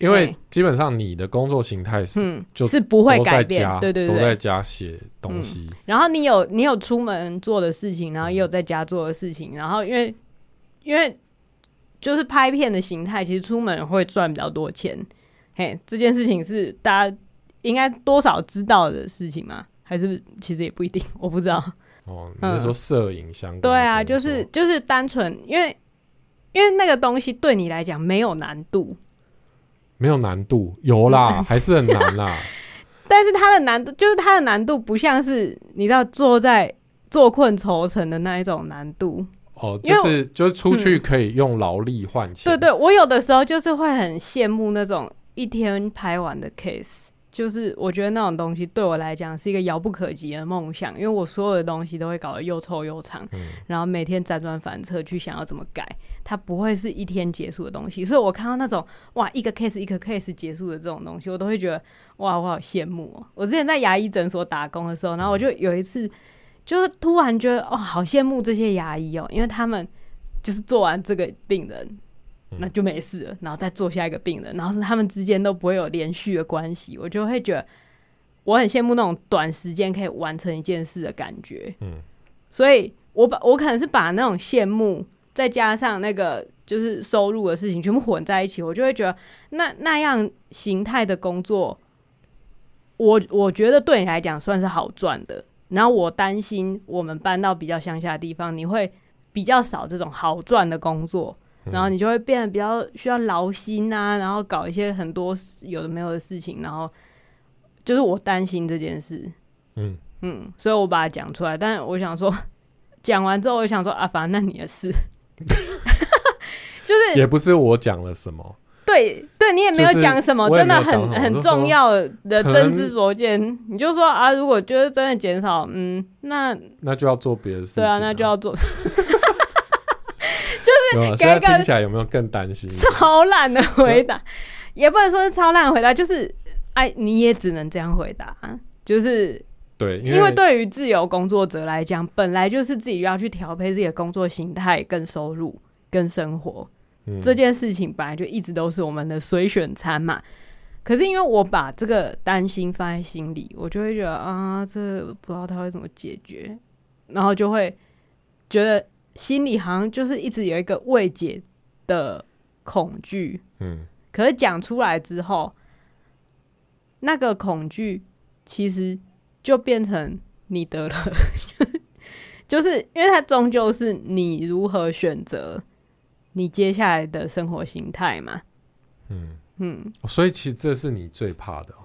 Speaker 2: 因为
Speaker 1: 对
Speaker 2: 基本上你的工作形态是
Speaker 1: 嗯，
Speaker 2: 就是
Speaker 1: 不会
Speaker 2: 都
Speaker 1: 改
Speaker 2: 在
Speaker 1: 变
Speaker 2: 家，，
Speaker 1: 对对嗯
Speaker 2: 都在
Speaker 1: 对。
Speaker 2: 家写东西，
Speaker 1: 然后你有你有出门做的事情，然后也有在家做的事情，然后因为因为就是拍片的形态，其实出门会赚比较多钱。嘿，这件事情是大家应该多少知道的事情吗？还是其实也不一定，我不知道。
Speaker 2: 哦，你
Speaker 1: 嗯
Speaker 2: 是说摄影相关的
Speaker 1: 对
Speaker 2: 工作？
Speaker 1: 啊，就是就是单纯因为因为那个东西对你来讲没有难度，
Speaker 2: 没有难度，有 啦，还是很难啦。
Speaker 1: 但是它的难度就是它的难度不像是你知道坐在坐困愁城的那一种难度。
Speaker 2: 哦，
Speaker 1: 因为
Speaker 2: 就
Speaker 1: 我嗯
Speaker 2: 是就是出去可以用劳力换钱，
Speaker 1: 对对，我有的时候就是会很羡慕那种一天拍完的 case，就是我觉得那种东西对我来讲是一个遥不可及的梦想，因为我所有的东西都会搞得又臭又长，
Speaker 2: 嗯
Speaker 1: 然后每天辗转反侧去想要怎么改，它不会是一天结束的东西。所以我看到那种哇一个 case 一个 case 结束的这种东西，我都会觉得哇我好羡慕、哦。我之前在牙医诊所打工的时候，然后我就有一次。就是突然觉得哦，好羡慕这些牙医哦，因为他们就是做完这个病人，那就没事了，然后再做下一个病人，然后是他们之间都不会有连续的关系，我就会觉得我很羡慕那种短时间可以完成一件事的感觉。
Speaker 2: 嗯，
Speaker 1: 所以我把我可能是把那种羡慕再加上那个就是收入的事情全部混在一起，我就会觉得那那样形态的工作，我我觉得对你来讲算是好赚的。然后我担心我们搬到比较乡下的地方，你会比较少这种好赚的工作，
Speaker 2: 嗯
Speaker 1: 然后你就会变得比较需要劳心啊，然后搞一些很多有的没有的事情，然后就是我担心这件事，
Speaker 2: 嗯，
Speaker 1: 嗯，所以我把它讲出来。但我想说，讲完之后，我就想说啊，反正那你的事，就是
Speaker 2: 也不是我讲了什么，
Speaker 1: 对对，你也没有
Speaker 2: 就是
Speaker 1: 讲什么，
Speaker 2: 我也
Speaker 1: 真
Speaker 2: 没有
Speaker 1: 的
Speaker 2: 讲什么
Speaker 1: 很很
Speaker 2: 我就说
Speaker 1: 重要的
Speaker 2: 可能
Speaker 1: 真知灼见，你就说啊，如果觉得真的减少，嗯，那
Speaker 2: 那就要做别的事情。
Speaker 1: 对啊，那就要做
Speaker 2: 有啊。
Speaker 1: 该
Speaker 2: 现在
Speaker 1: 干
Speaker 2: 听起来有没有更担心？
Speaker 1: 超烂的回
Speaker 2: 嗯
Speaker 1: 答，也不能说是超烂的回答，就是哎，你也只能这样回答，就是
Speaker 2: 对，
Speaker 1: 因为对于自由工作者来讲，本来就是自己要去调配自己的工作形态、跟收入、跟生活、
Speaker 2: 嗯
Speaker 1: 这件事情，本来就一直都是我们的随选餐嘛。可是因为我把这个担心放在心里，我就会觉得啊，这不知道他会怎么解决，然后就会觉得心里好像就是一直有一个未解的恐惧，
Speaker 2: 嗯，
Speaker 1: 可是讲出来之后，那个恐惧其实就变成你得了， 就是因为它终究是你如何选择你接下来的生活形态嘛。
Speaker 2: 所以其实这是你最怕的哦。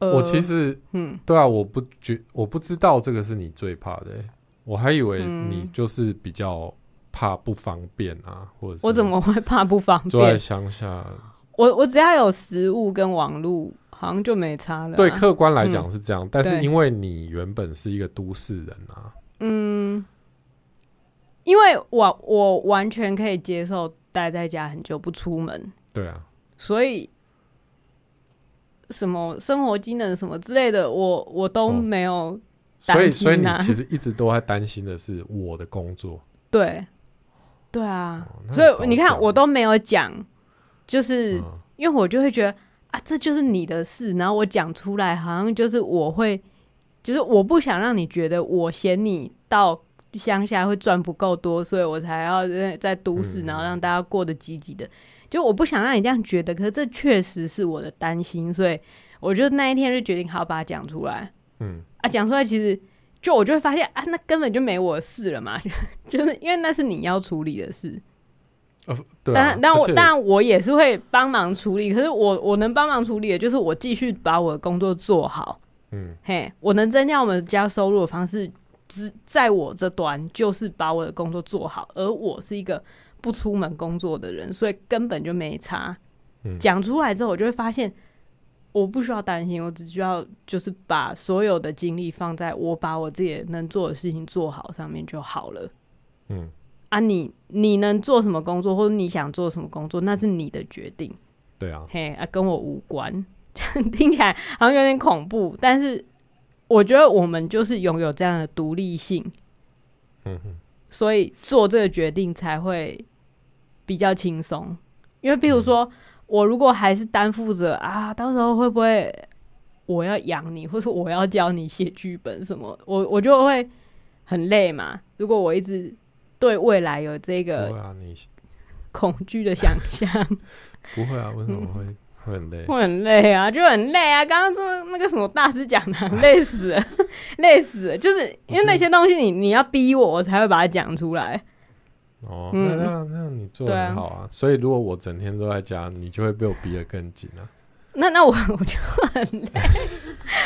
Speaker 1: 呃
Speaker 2: 我其实，
Speaker 1: 嗯，
Speaker 2: 对啊，我不觉，我不知道这个是你最怕的欸，我还以为
Speaker 1: 嗯
Speaker 2: 你就是比较怕不方便啊，或者是
Speaker 1: 我怎么会怕不方
Speaker 2: 住在
Speaker 1: 便？
Speaker 2: 乡下？
Speaker 1: 我我只要有食物跟网络，好像就没差了啊、
Speaker 2: 对，客观来讲是这样，但是
Speaker 1: 对
Speaker 2: 因为你原本是一个都市人啊，
Speaker 1: 因为我我完全可以接受待在家很久不出门，
Speaker 2: 对啊，
Speaker 1: 所以什么生活机能什么之类的，我我都
Speaker 2: 哦
Speaker 1: 没有
Speaker 2: 所
Speaker 1: 担
Speaker 2: 以所以
Speaker 1: 心
Speaker 2: 你
Speaker 1: 啊
Speaker 2: 其实一直都在担心的是我的工作，
Speaker 1: 对，对啊，
Speaker 2: 哦那
Speaker 1: 所
Speaker 2: 早
Speaker 1: 以你看
Speaker 2: 讲
Speaker 1: 我都没有讲，就是、
Speaker 2: 嗯
Speaker 1: 因为我就会觉得啊，这就是你的事，然后我讲出来，好像就是我会，就是我不想让你觉得我嫌你到乡下会赚不够多，所以我才要在在都市，
Speaker 2: 嗯
Speaker 1: 然后让大家过得积极的。就我不想让你这样觉得，可是这确实是我的担心，所以我就那一天就决定好把它讲出来。
Speaker 2: 嗯，
Speaker 1: 啊，讲出来其实就我就会发现啊，那根本就没我的事了嘛， 就是因为那是你要处理的事。
Speaker 2: 呃，对、
Speaker 1: 当
Speaker 2: 啊
Speaker 1: 然，，但我
Speaker 2: 而且
Speaker 1: 当然我也是会帮忙处理，可是我我能帮忙处理的就是我继续把我的工作做好。
Speaker 2: 嗯
Speaker 1: 嘿，我能增加我们家收入的方式，只在我这端就是把我的工作做好，而我是一个不出门工作的人，所以根本就没差
Speaker 2: 嗯。
Speaker 1: 讲、出来之后，我就会发现，我不需要担心，我只需要就是把所有的精力放在我把我自己能做的事情做好上面就好了。
Speaker 2: 嗯，
Speaker 1: 啊你，你能做什么工作，或者你想做什么工作，那是你的决定，
Speaker 2: 对啊，
Speaker 1: 嘿啊，跟我无关。 听起来好像有点恐怖，但是我觉得我们就是拥有这样的独立性，
Speaker 2: 嗯嗯
Speaker 1: 所以做这个决定才会比较轻松。因为，譬如说，我如果还是担负着啊，到时候会不会我要养你，或是我要教你写剧本什么，我我就会很累嘛。如果我一直对未来有这个
Speaker 2: 不会啊，你
Speaker 1: 恐惧的想象，
Speaker 2: 不会啊，为什么会、
Speaker 1: 嗯
Speaker 2: 会很累？
Speaker 1: 会很累啊，就很累啊。刚刚说那个什么大师讲 堂，累死了，累死了，就是因为那些东西你你要逼我，我才会把它讲出来。
Speaker 2: 哦，
Speaker 1: 嗯
Speaker 2: 那那那你做
Speaker 1: 对
Speaker 2: 的
Speaker 1: 啊
Speaker 2: 很好啊，所以如果我整天都在家，你就会被我逼得更紧啊。
Speaker 1: 那那我我就很累，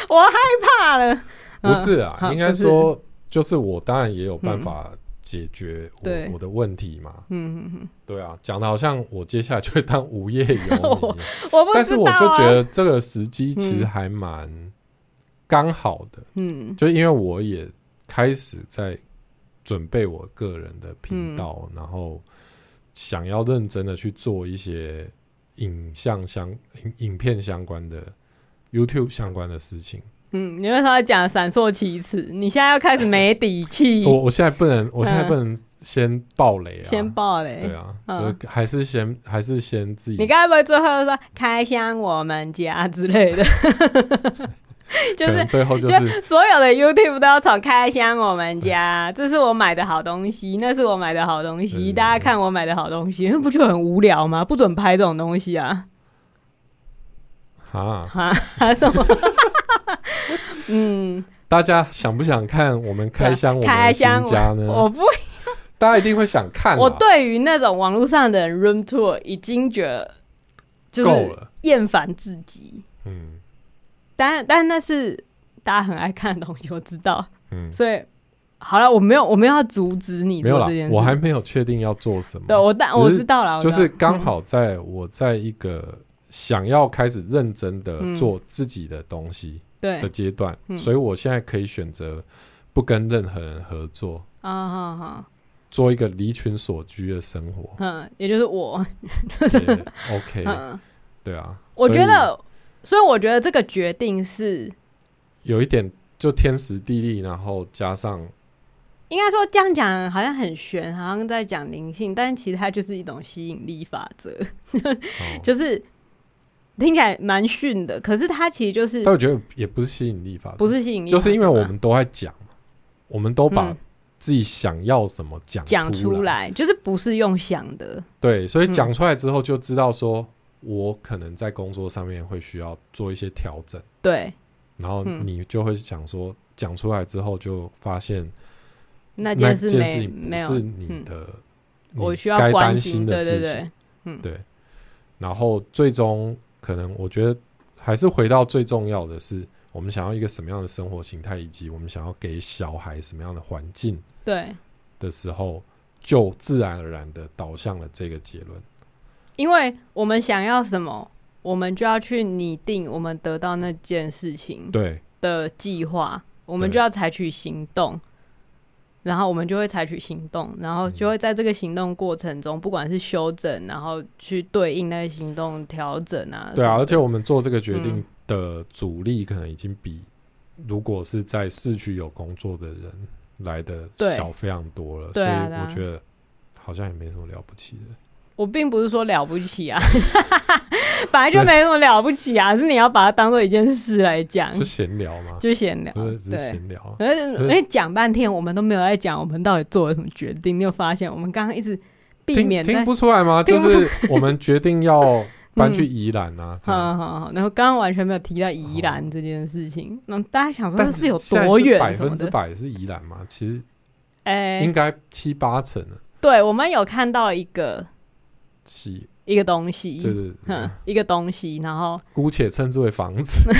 Speaker 1: 我害怕了。
Speaker 2: 不是啊，
Speaker 1: 嗯好
Speaker 2: 应该
Speaker 1: 不是嗯
Speaker 2: 说就是我当然也有办法解决我、
Speaker 1: 对
Speaker 2: 我的问题嘛。
Speaker 1: 嗯，嗯嗯
Speaker 2: 对啊，讲的好像我接下来就会当无业游
Speaker 1: 我
Speaker 2: 民一样，
Speaker 1: 嗯我不知道、啊。
Speaker 2: 但是我就觉，得这个时机其实
Speaker 1: 嗯
Speaker 2: 还蛮刚好的，
Speaker 1: 嗯
Speaker 2: 就因为我也开始在准备我个人的频道，
Speaker 1: 嗯
Speaker 2: 然后想要认真的去做一些影像相影影片相关的 YouTube 相关的事情。
Speaker 1: 嗯，你为什么要讲闪烁其词？你现在要开始没底 气，
Speaker 2: 我我现在不能，我现在
Speaker 1: 嗯
Speaker 2: 不能先爆雷啊，
Speaker 1: 先爆嘞。
Speaker 2: 对啊，
Speaker 1: 嗯
Speaker 2: 就还是先还是先自
Speaker 1: 你
Speaker 2: 己，
Speaker 1: 该不会最后就说开箱我们家之类的？ 就
Speaker 2: 可
Speaker 1: 是
Speaker 2: 能最后就
Speaker 1: 就是 所有的 YouTube 都要从开箱我们家，这是我买的好东西，那是我买的好东
Speaker 2: 对对
Speaker 1: 西，
Speaker 2: 对
Speaker 1: 大家看我买的好东西，那不就很无聊吗？不准拍这种东西啊！
Speaker 2: 啊，
Speaker 1: 哈，什么？ 嗯，
Speaker 2: 大家想不想看我们开箱我们
Speaker 1: 开
Speaker 2: 的新
Speaker 1: 箱
Speaker 2: 家呢？
Speaker 1: 我不，
Speaker 2: 大家一定会想呃看啊，
Speaker 1: 我对于那种网络上的 room tour 已经觉得就
Speaker 2: 够
Speaker 1: 是
Speaker 2: 了，
Speaker 1: 厌烦至极，
Speaker 2: 嗯
Speaker 1: 但但那是大家很爱看的东西，我知道，
Speaker 2: 嗯，
Speaker 1: 所以好了，我没有我没有要阻止你
Speaker 2: 没有
Speaker 1: 做
Speaker 2: 啦
Speaker 1: 这件，事，
Speaker 2: 我还没有确定要做什么，
Speaker 1: 对我但
Speaker 2: 只是
Speaker 1: 我知道了，我
Speaker 2: 就
Speaker 1: 知道嗯
Speaker 2: 是刚好在我在一个想要开始认真的
Speaker 1: 嗯
Speaker 2: 做自己的东西
Speaker 1: 对
Speaker 2: 的阶段，
Speaker 1: 嗯
Speaker 2: 所以我现在可以选择不跟任何人合作。
Speaker 1: 啊，好好，
Speaker 2: 做一个离群所居的生 活
Speaker 1: 嗯，也就是我，
Speaker 2: 也，OK，
Speaker 1: 嗯，
Speaker 2: 对啊，
Speaker 1: 我
Speaker 2: 所以
Speaker 1: 觉得，所以我觉得这个决定是
Speaker 2: 有一点就天时地利，然后加上哦
Speaker 1: 应该说这样讲好像很玄，好像在讲灵性，但其实它就是一种吸引力法则，
Speaker 2: 哦，
Speaker 1: 就是听起来蛮逊的，可是它其实就是
Speaker 2: 但我觉得也不是吸引力法则，
Speaker 1: 不，是吸引力法
Speaker 2: 就
Speaker 1: 则嘛，
Speaker 2: 是因为我们都在讲嘛，我们都把
Speaker 1: 啊嗯
Speaker 2: 自己想要什么讲
Speaker 1: 讲
Speaker 2: 出
Speaker 1: 出，来，就是不是用想的，
Speaker 2: 对，所以
Speaker 1: 嗯
Speaker 2: 讲出来之后就知道说，我可能在工作上面会需要做一些调整，
Speaker 1: 对，
Speaker 2: 然后
Speaker 1: 嗯
Speaker 2: 你就会想说，讲出来之后就发现
Speaker 1: 那
Speaker 2: 那
Speaker 1: 件事
Speaker 2: 件事
Speaker 1: 没
Speaker 2: 情不
Speaker 1: 没
Speaker 2: 是
Speaker 1: 有，
Speaker 2: 你
Speaker 1: 嗯
Speaker 2: 的，你
Speaker 1: 我需要
Speaker 2: 该
Speaker 1: 关
Speaker 2: 担
Speaker 1: 心，
Speaker 2: 心的
Speaker 1: 对
Speaker 2: 事
Speaker 1: 对
Speaker 2: 情。
Speaker 1: 对，
Speaker 2: 然后最终可能我觉得还是回到最重要的是，我们想要一个什么样的生活形态，以及我们想要给小孩什么样的环境
Speaker 1: 对，
Speaker 2: 的时候，就自然而然的导向了这个结论。
Speaker 1: 嗯因为我们想要什么，我们就要去拟定我们得到那件事情
Speaker 2: 对，
Speaker 1: 的计划，我们
Speaker 2: 对
Speaker 1: 就要采取行动，然后我们就会采取行动，然后就会在这个行动过程中，不管是修整，然后去对应那个行动调整啊，
Speaker 2: 对啊，而且
Speaker 1: 我
Speaker 2: 我们做这个决定
Speaker 1: 嗯
Speaker 2: 的阻力可能已经比如果是在市区有工作的人来的
Speaker 1: 对
Speaker 2: 小非常多了，所
Speaker 1: 对
Speaker 2: 以
Speaker 1: 啊对啊
Speaker 2: 我觉得好像也没什么了不起的。
Speaker 1: 我并不是说了不起啊， 本来就没什么了不起 啊，是你要把它当做一件事来讲，
Speaker 2: 是闲聊吗？
Speaker 1: 就闲聊
Speaker 2: 不是，只是
Speaker 1: 对。
Speaker 2: 闲聊啊。
Speaker 1: 可是因为讲半天，我们都没有在讲我们到底做了什么决定。你有发现，我们刚刚一直避
Speaker 2: 听
Speaker 1: 免在
Speaker 2: 听不出来 吗？
Speaker 1: 听
Speaker 2: 就
Speaker 1: 不嗯
Speaker 2: 是我们决定要搬去宜兰啊，这
Speaker 1: 好
Speaker 2: 样
Speaker 1: 好好，然后刚刚完全没有提到宜兰这件事情，那大家想说
Speaker 2: 但
Speaker 1: 这是有
Speaker 2: 现在
Speaker 1: 多
Speaker 2: 是
Speaker 1: 远
Speaker 2: 百
Speaker 1: 什么
Speaker 2: 分之
Speaker 1: 的？
Speaker 2: 百是宜兰嘛？其实
Speaker 1: 哎、
Speaker 2: 应该七八成了，
Speaker 1: 对，我们有看到一个
Speaker 2: 七
Speaker 1: 一个东西，
Speaker 2: 对对对
Speaker 1: 嗯
Speaker 2: 对，，
Speaker 1: 一个东西，然后
Speaker 2: 姑且称之为房子。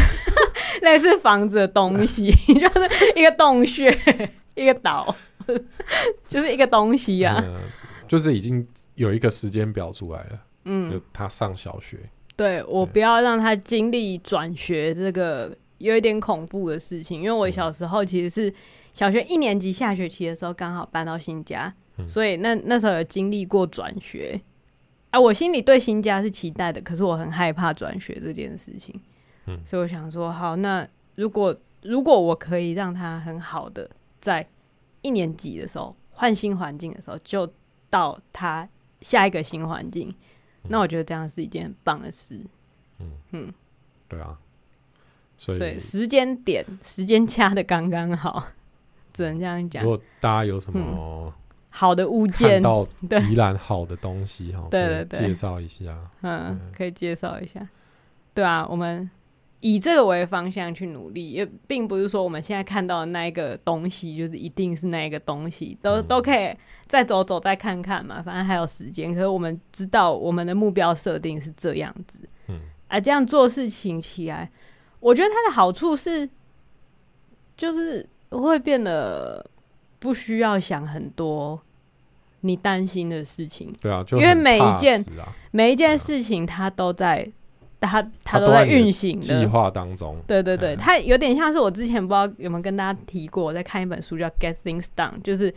Speaker 1: 类似房子的东西， 就是一个洞穴， 一个岛， 就是一个东西啊。
Speaker 2: 嗯，就是已经有一个时间表出来了，
Speaker 1: 嗯
Speaker 2: 就，他上小学，
Speaker 1: 对我不要让他经历转学这个有一点恐怖的事情，因为我
Speaker 2: 嗯
Speaker 1: 小时候其实是小学一年级下学期的时候刚好搬到新家，
Speaker 2: 嗯
Speaker 1: 所以那那时候有经历过转学。啊，我心里对新家是期待的，可是我很害怕转学这件事情。
Speaker 2: 嗯
Speaker 1: 所以我想说，好，那如果如果我可以让他很好的在一年级的时候换新环境的时候，就到他下一个新环境，
Speaker 2: 嗯
Speaker 1: 那我觉得这样是一件很棒的事。
Speaker 2: 对啊，所
Speaker 1: 所以
Speaker 2: 以
Speaker 1: 时间点时间掐的刚刚好，只能这样嗯讲
Speaker 2: 如。果大家有什么
Speaker 1: 好的物
Speaker 2: 看
Speaker 1: 件，
Speaker 2: 到
Speaker 1: 对
Speaker 2: 宜兰好的东西哈，
Speaker 1: 对
Speaker 2: 可以
Speaker 1: 对对
Speaker 2: 介绍一下。
Speaker 1: 嗯，可以介绍一下。对啊，我们以这个为方向去努力，也并不是说我们现在看到的那一个东西就是一定是那一个东西，都、都可以再走走再看看嘛，反正还有时间。可是我们知道我们的目标设定是这样子，
Speaker 2: 嗯
Speaker 1: 啊，这样做事情起来，我觉得它的好处是，就是会变得不需要想很多你担心的事情。
Speaker 2: 对啊，就
Speaker 1: 因为
Speaker 2: 很
Speaker 1: 每一
Speaker 2: 踏
Speaker 1: 件
Speaker 2: 实啊
Speaker 1: 每一件事情它都在，它它
Speaker 2: 它
Speaker 1: 都
Speaker 2: 都
Speaker 1: 在
Speaker 2: 在你的
Speaker 1: 运行
Speaker 2: 计
Speaker 1: 的。
Speaker 2: 划当中，
Speaker 1: 对对对，
Speaker 2: 嗯
Speaker 1: 它有点像是我之前不知道有没有跟大家提过，我在看一本书叫《Get Things Done》，就是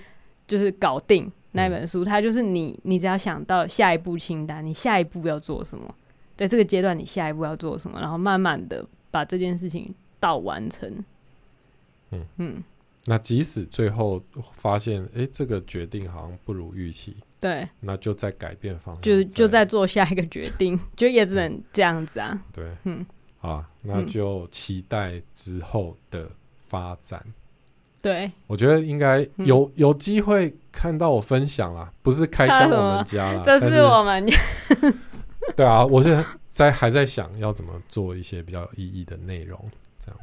Speaker 1: 就是搞定那一本书。它就是你，你只要想到下一步清单，你下一步要做什么，在这个阶段你下一步要做什么，然后慢慢的把这件事情到完成。
Speaker 2: 嗯
Speaker 1: 嗯
Speaker 2: 那即使最后发现，哎，这个决定好像不如预期，
Speaker 1: 对，
Speaker 2: 那就再改变方向，
Speaker 1: 就是就
Speaker 2: 再
Speaker 1: 在做下一个决定， 就也只能这样子啊。
Speaker 2: 对，
Speaker 1: 嗯，
Speaker 2: 啊，那就期待之后的发展。
Speaker 1: 对，
Speaker 2: 我觉得应该
Speaker 1: 嗯
Speaker 2: 有、有机会看到我分享啦，不是开箱我们家啦，
Speaker 1: 这
Speaker 2: 但
Speaker 1: 是我们
Speaker 2: 对啊，我是在还在想要怎么做一些比较有意义的内容。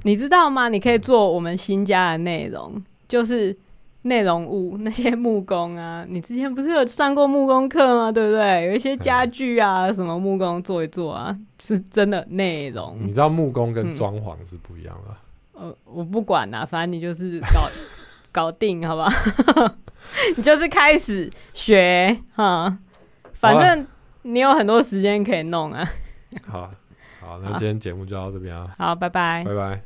Speaker 1: 你知道吗？你可以做我们新家的内容，就是内容物那些木工啊。 你之前不是有上过木工课吗？对不对？有一些家具啊，什么木工做一做啊，是真的内
Speaker 2: 你
Speaker 1: 容。
Speaker 2: 知道木工
Speaker 1: 嗯
Speaker 2: 跟装潢是不一样的，
Speaker 1: 呃，我不管啦、反正你就是搞 搞定，好不好？ 你就是开始学哈，反
Speaker 2: 好啊
Speaker 1: 正你有很多时间可以弄啊。
Speaker 2: 好啊，好，那今天节目就到这边啊，
Speaker 1: 好，拜拜
Speaker 2: 拜拜。